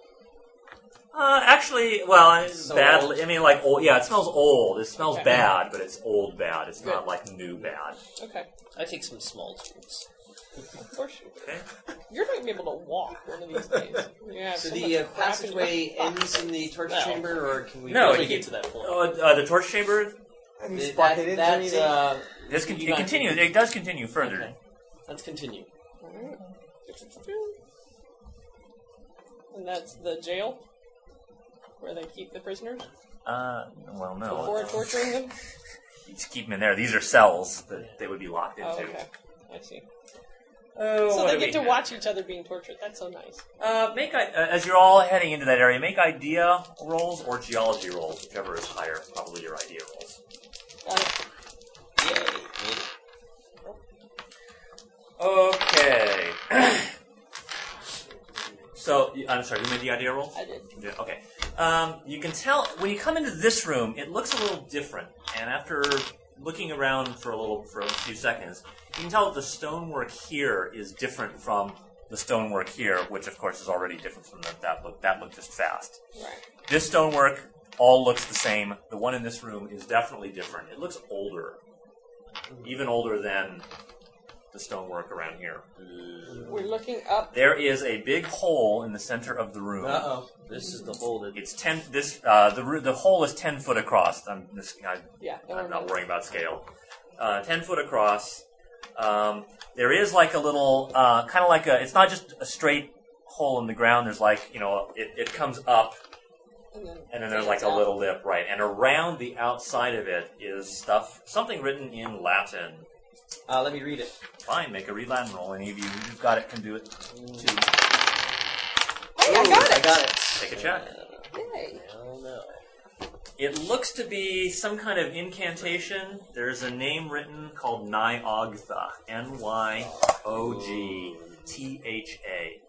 S2: Uh, actually, well, it's
S4: So
S2: bad.
S4: old.
S2: I mean, like old. Yeah, it smells old. It smells
S5: Okay.
S2: bad, but it's old bad. It's not
S5: Good.
S2: like new bad.
S5: Okay.
S4: I take some small tools.
S5: Of course you
S2: Okay.
S5: You're not gonna be able to walk one of these days. Yeah.
S4: So
S5: so
S4: the uh,
S5: much crap in your
S4: passageway
S5: pocket.
S4: ends in the torture
S5: No.
S4: chamber, or can we
S2: No,
S4: can we
S2: you-
S4: get to that point?
S2: Uh, uh, the torch chamber.
S3: Any
S4: Th-
S3: spot
S4: that,
S3: hidden?
S4: that's, uh,
S2: This con-
S4: You
S2: it
S4: got-
S2: continues. It does continue further.
S4: okay. Let's continue.
S5: Alright. And that's the jail where they keep the prisoners
S2: Uh, well, no.
S5: before torturing them.
S2: You just keep them in there. These are cells that they would be locked into.
S5: Oh, okay. I see.
S2: Oh,
S5: So
S2: what
S5: they
S2: do
S5: get to
S2: we-
S5: watch each other being tortured. That's so nice.
S2: Uh, make I- uh, as you're all heading into that area, make idea rolls or geology rolls, whichever is higher. Probably your idea rolls.
S5: Got it.
S6: Yay. Made it.
S2: Okay. so you- I'm sorry. Who made the idea roll?
S5: I did.
S2: Yeah, okay. Um, you can tell when you come into this room, it looks a little different. And after looking around for a little for a few seconds, you can tell that the stonework here is different from the stonework here, which of course is already different from the, that look. That looked just fast.
S5: Right.
S2: This stonework all looks the same. The one in this room is definitely different. It looks older, even older than the stonework around here.
S5: We're looking up.
S2: There is a big hole in the center of the room.
S4: Uh oh.
S6: This is the hole that
S2: It's ten. This uh, the ru- the hole is ten foot across. I'm this, I,
S5: Yeah. don't
S2: I'm not
S5: worry
S2: worrying about scale. Uh, ten foot across. Um, there is like a little uh, kind of like a. It's not just a straight hole in the ground. There's like you know it, it comes up
S5: about it.
S2: and then there's like a little lip right, and around the outside of it is stuff something written in Latin.
S4: Uh, let me read it.
S2: Fine, make a read Latin roll. Any of you who've got it can do it. Too.
S5: Hey, oh, I got
S4: Ooh,
S5: it.
S4: I got it.
S2: Take a check.
S5: Yay.
S4: Hell no.
S2: It looks to be some kind of incantation. There's a name written called Nyogtha. N Y O G T H A.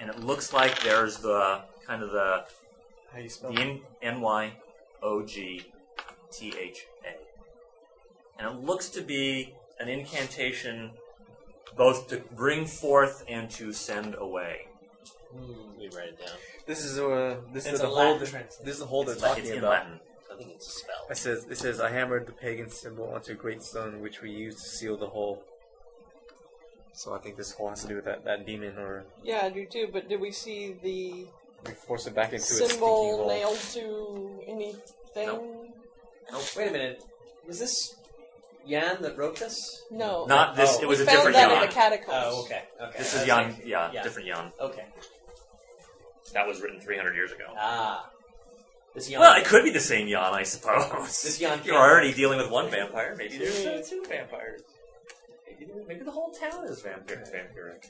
S2: And it looks like there's the kind of the
S3: How you spell it?
S2: the N Y O G T H A. And it looks to be an incantation both to bring forth and to send away.
S4: Hmm.
S6: we write it down.
S3: This is uh, this
S4: It's
S3: is the
S4: a
S3: hole.
S4: Latin
S3: That,
S4: translation.
S3: this is the hole they're
S2: It's, like-
S3: talking
S2: it's in
S3: about.
S2: Latin.
S6: I think it's a spell.
S3: It says it says I hammered the pagan symbol onto a great stone, which we used to seal the hole. So I think this hole has to do with that, that demon, or
S5: Yeah, I do too. But did we see the
S3: we force it back into its stinky
S5: symbol
S3: hole.
S5: nailed to anything?
S4: Wait a minute. Was this Yan that wrote this?
S5: No.
S2: Not this, it
S4: Oh.
S5: We
S2: was a
S5: found
S2: different
S5: that
S2: yawn.
S5: in the catacombs.
S4: Oh, okay. Okay.
S2: This
S4: I
S2: is
S4: was
S2: Jan,
S4: like-
S2: yeah,
S4: yeah.
S2: different Jan.
S4: Okay.
S2: That was written 300 years ago.
S4: Ah. This yawn.
S2: Well, it could be the same yawn, I suppose.
S4: This yawn
S2: You're
S4: can't-
S2: already dealing with one vampire. Maybe there's uh, two vampires. Maybe, maybe the whole town is vampire, vampiric.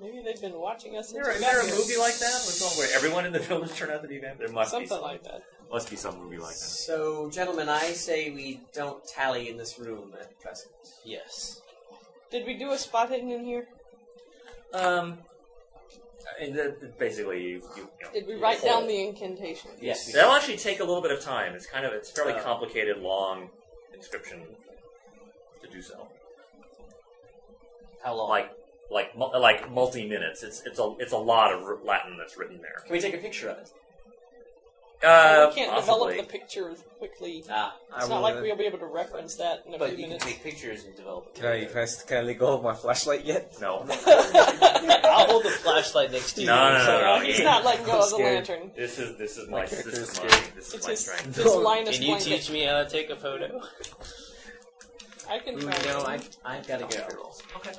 S5: Maybe they've been watching us.
S2: Is there, is there a movie like that? With someone where everyone in the village turned out to be vampire? There must be
S5: Something
S2: some,
S5: like that.
S2: Must be some movie like that.
S4: so, gentlemen, I say we don't tally in this room at present.
S6: Yes.
S5: Did we do a spot hidden in here?
S2: Um, and the, basically, you, you, you know,
S5: Did we write down the incantation?
S4: Yes. we-
S2: That'll actually take a little bit of time. It's kind of it's fairly
S4: Oh.
S2: complicated, long inscription to do so.
S4: How long?
S2: Like like mu- like multi minutes. It's it's a it's a lot of r- Latin that's written there.
S4: Can we take a picture of it?
S2: Uh,
S5: Oh, we can't
S2: possibly.
S5: develop the picture quickly.
S4: Ah,
S5: It's not like we'll be able to reference that in a
S6: But
S5: few
S6: you can
S5: minutes.
S6: take pictures and develop.
S3: Can I, can, I, can I let go of my flashlight yet?
S2: no.
S6: I'll hold the flashlight next to you.
S2: No, no, no, no.
S5: He's not letting go
S3: I'm
S5: of the
S3: scared.
S5: lantern.
S2: This is this is my this
S3: character
S2: is
S3: is
S2: my
S3: scared.
S2: this is
S5: It's
S2: my
S5: his,
S2: strength.
S5: his Linus
S6: Can you
S5: blanket.
S6: teach me how to take a photo?
S5: I can
S4: Ooh,
S5: try.
S4: no, I, I've got to go.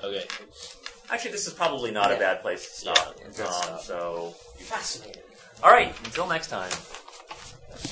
S6: Okay.
S2: Actually, this is probably not a
S4: Yeah.
S2: bad place to stop.
S6: Yeah, good
S2: um,
S6: stop.
S2: so,
S4: Fascinating.
S2: all right. Until next time.